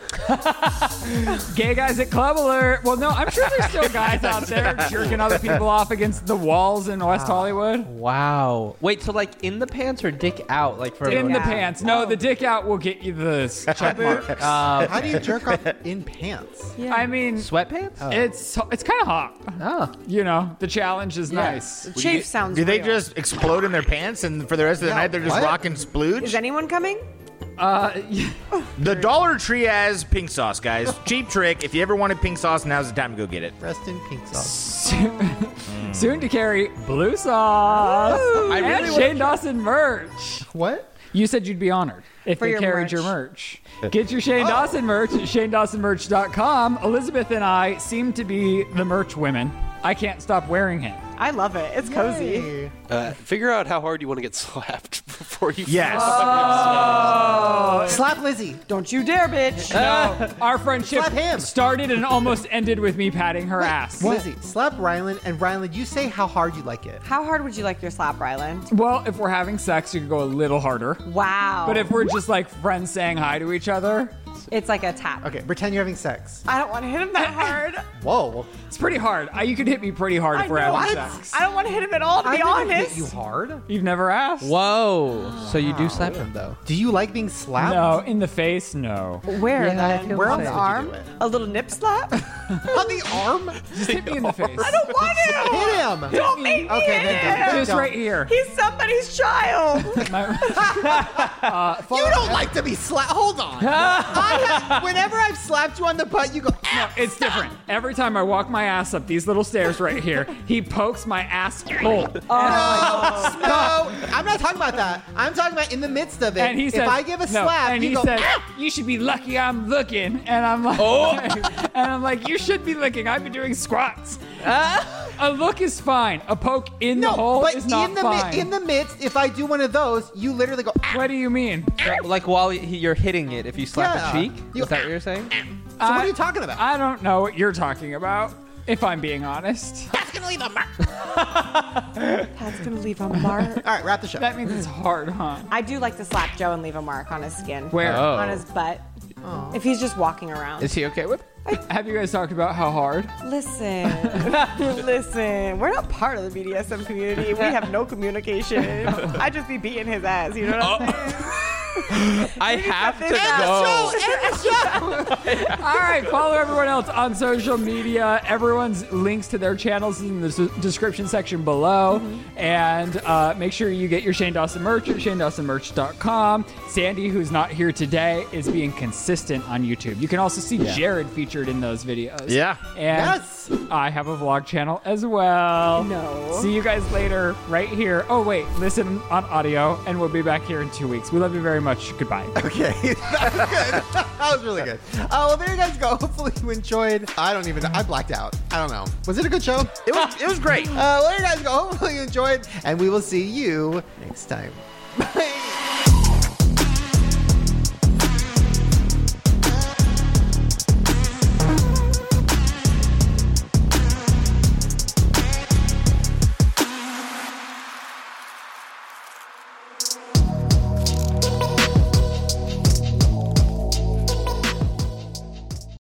Gay guys at club alert. Well, no, I'm sure there's still
*laughs*
guys out there jerking other people off against the walls in West
Oh,
Hollywood.
Wow. Wait, so like in the pants or dick out? Like for
In the pants.
Oh.
No, the dick out will get you
*laughs*
the check mark.
How
Um,
do you jerk off in pants?
I mean,
sweatpants.
It's it's kind of hot.
Oh.
You know, the challenge is nice.
The chafe sounds
Do they
real.
just explode in their pants and for the rest of the
Yeah,
night they're just
what?
rocking splooge?
Is anyone coming?
Uh,
The Dollar Tree has pink sauce, guys. Cheap trick. If you ever wanted pink sauce, now's the time to go get it.
Rest in pink sauce.
*laughs* Soon to carry blue sauce
Woo! I really
and
wanna
Shane Dawson merch.
What?
You said you'd be honored if
For
they
your
carried
merch. Oh.
your merch. Get your Shane Dawson merch at shanedawsonmerch.com. Elizabeth and I seem to be the merch women. I can't stop wearing it.
I love it. It's cozy.
Uh, figure out how hard you want to get slapped before you.
Yes.
Slap Lizzie.
Don't you dare, bitch.
No, our friendship
Slap him.
started and almost ended with me patting her ass.
Lizzie, slap Rylan, and Rylan, you say how hard you like it.
How hard would you like your slap, Ryland?
Well, if we're having sex, you can go a little harder.
Wow.
But if we're just like friends saying hi to each other,
it's like a tap.
Okay, pretend you're having sex.
I don't want to hit him that hard.
Whoa.
It's pretty hard. I, you could hit me pretty hard
I
if we're
know.
having
What?
sex.
I don't want to hit him at all, to be honest.
hard?
You've never asked.
Whoa. So you do slap him though.
Do you like being slapped?
No, in the face, no.
Where
Yeah, I
then?
feel
Where on
the
the
same.
arm? A little nip
*laughs*
slap?
On the arm?
Just hit me in the face.
*laughs* I don't want him.
Hit him.
Don't make me
Okay,
hit
then
him.
don't.
Just right here.
He's somebody's child. *laughs*
*laughs* Uh,
You don't like to be slapped. Hold on.
*laughs*
I have, whenever I've slapped you on the butt, you go. "Ah."
It's different. Every time I walk my ass up these little stairs right here, he pokes my ass hole.
No, no, I'm not talking about that. I'm talking about in the midst of it.
and he says,
if I give a
no,
slap,
and
you
he
go.
says,
"Ah." Oh.
"You should be lucky I'm looking," and I'm like, *laughs* and I'm like, "You should be looking. I've been doing squats." a look is fine. A poke in the
Ah. No,
hole
but
is not
in the
fine.
mi- in the midst, if I do one of those, you literally go. "Ah."
what do you mean?
Like while he- you're hitting it, if you slap
Yeah.
a cheek,
You-
is that what you're saying?
So what are you talking about?
I don't know what you're talking about. If I'm being honest,
That's gonna *laughs* leave a mark.
That's going to leave a mark.
All right, wrap the show.
that means it's hard, huh?
I do like to slap Joe and leave a mark on his skin.
Where?
Oh.
On his butt. If he's just walking around.
Is he okay with?
Have you guys talked about how hard?
Listen, *laughs* listen. We're not part of the BDSM community. We have no
*laughs*
communication. I just be beating his ass. You know what I'm saying?
Oh, I have to
Show
go.
and the show.
All right, follow everyone else on social media. Everyone's links to their channels is in the s- description section below. And uh, make sure you get your Shane Dawson merch at shanedawsonmerch.com. Sandy, who's not here today, is being consistent on YouTube. You can also see Jared featured in those videos.
Yeah.
And
Yes.
I have a vlog channel as well.
No.
See you guys later, right here. Oh, wait, listen on audio, and we'll be back here in two weeks. We love you very much. Goodbye.
Okay, that was good. That was really good. Uh, well, there you guys go. *laughs* Hopefully you enjoyed. I don't even. I blacked out. I don't know. Was it a good show?
It was,
*laughs*
it was great.
Uh, well, there you guys go. Hopefully you enjoyed, and we will see you next time. *laughs* Bye.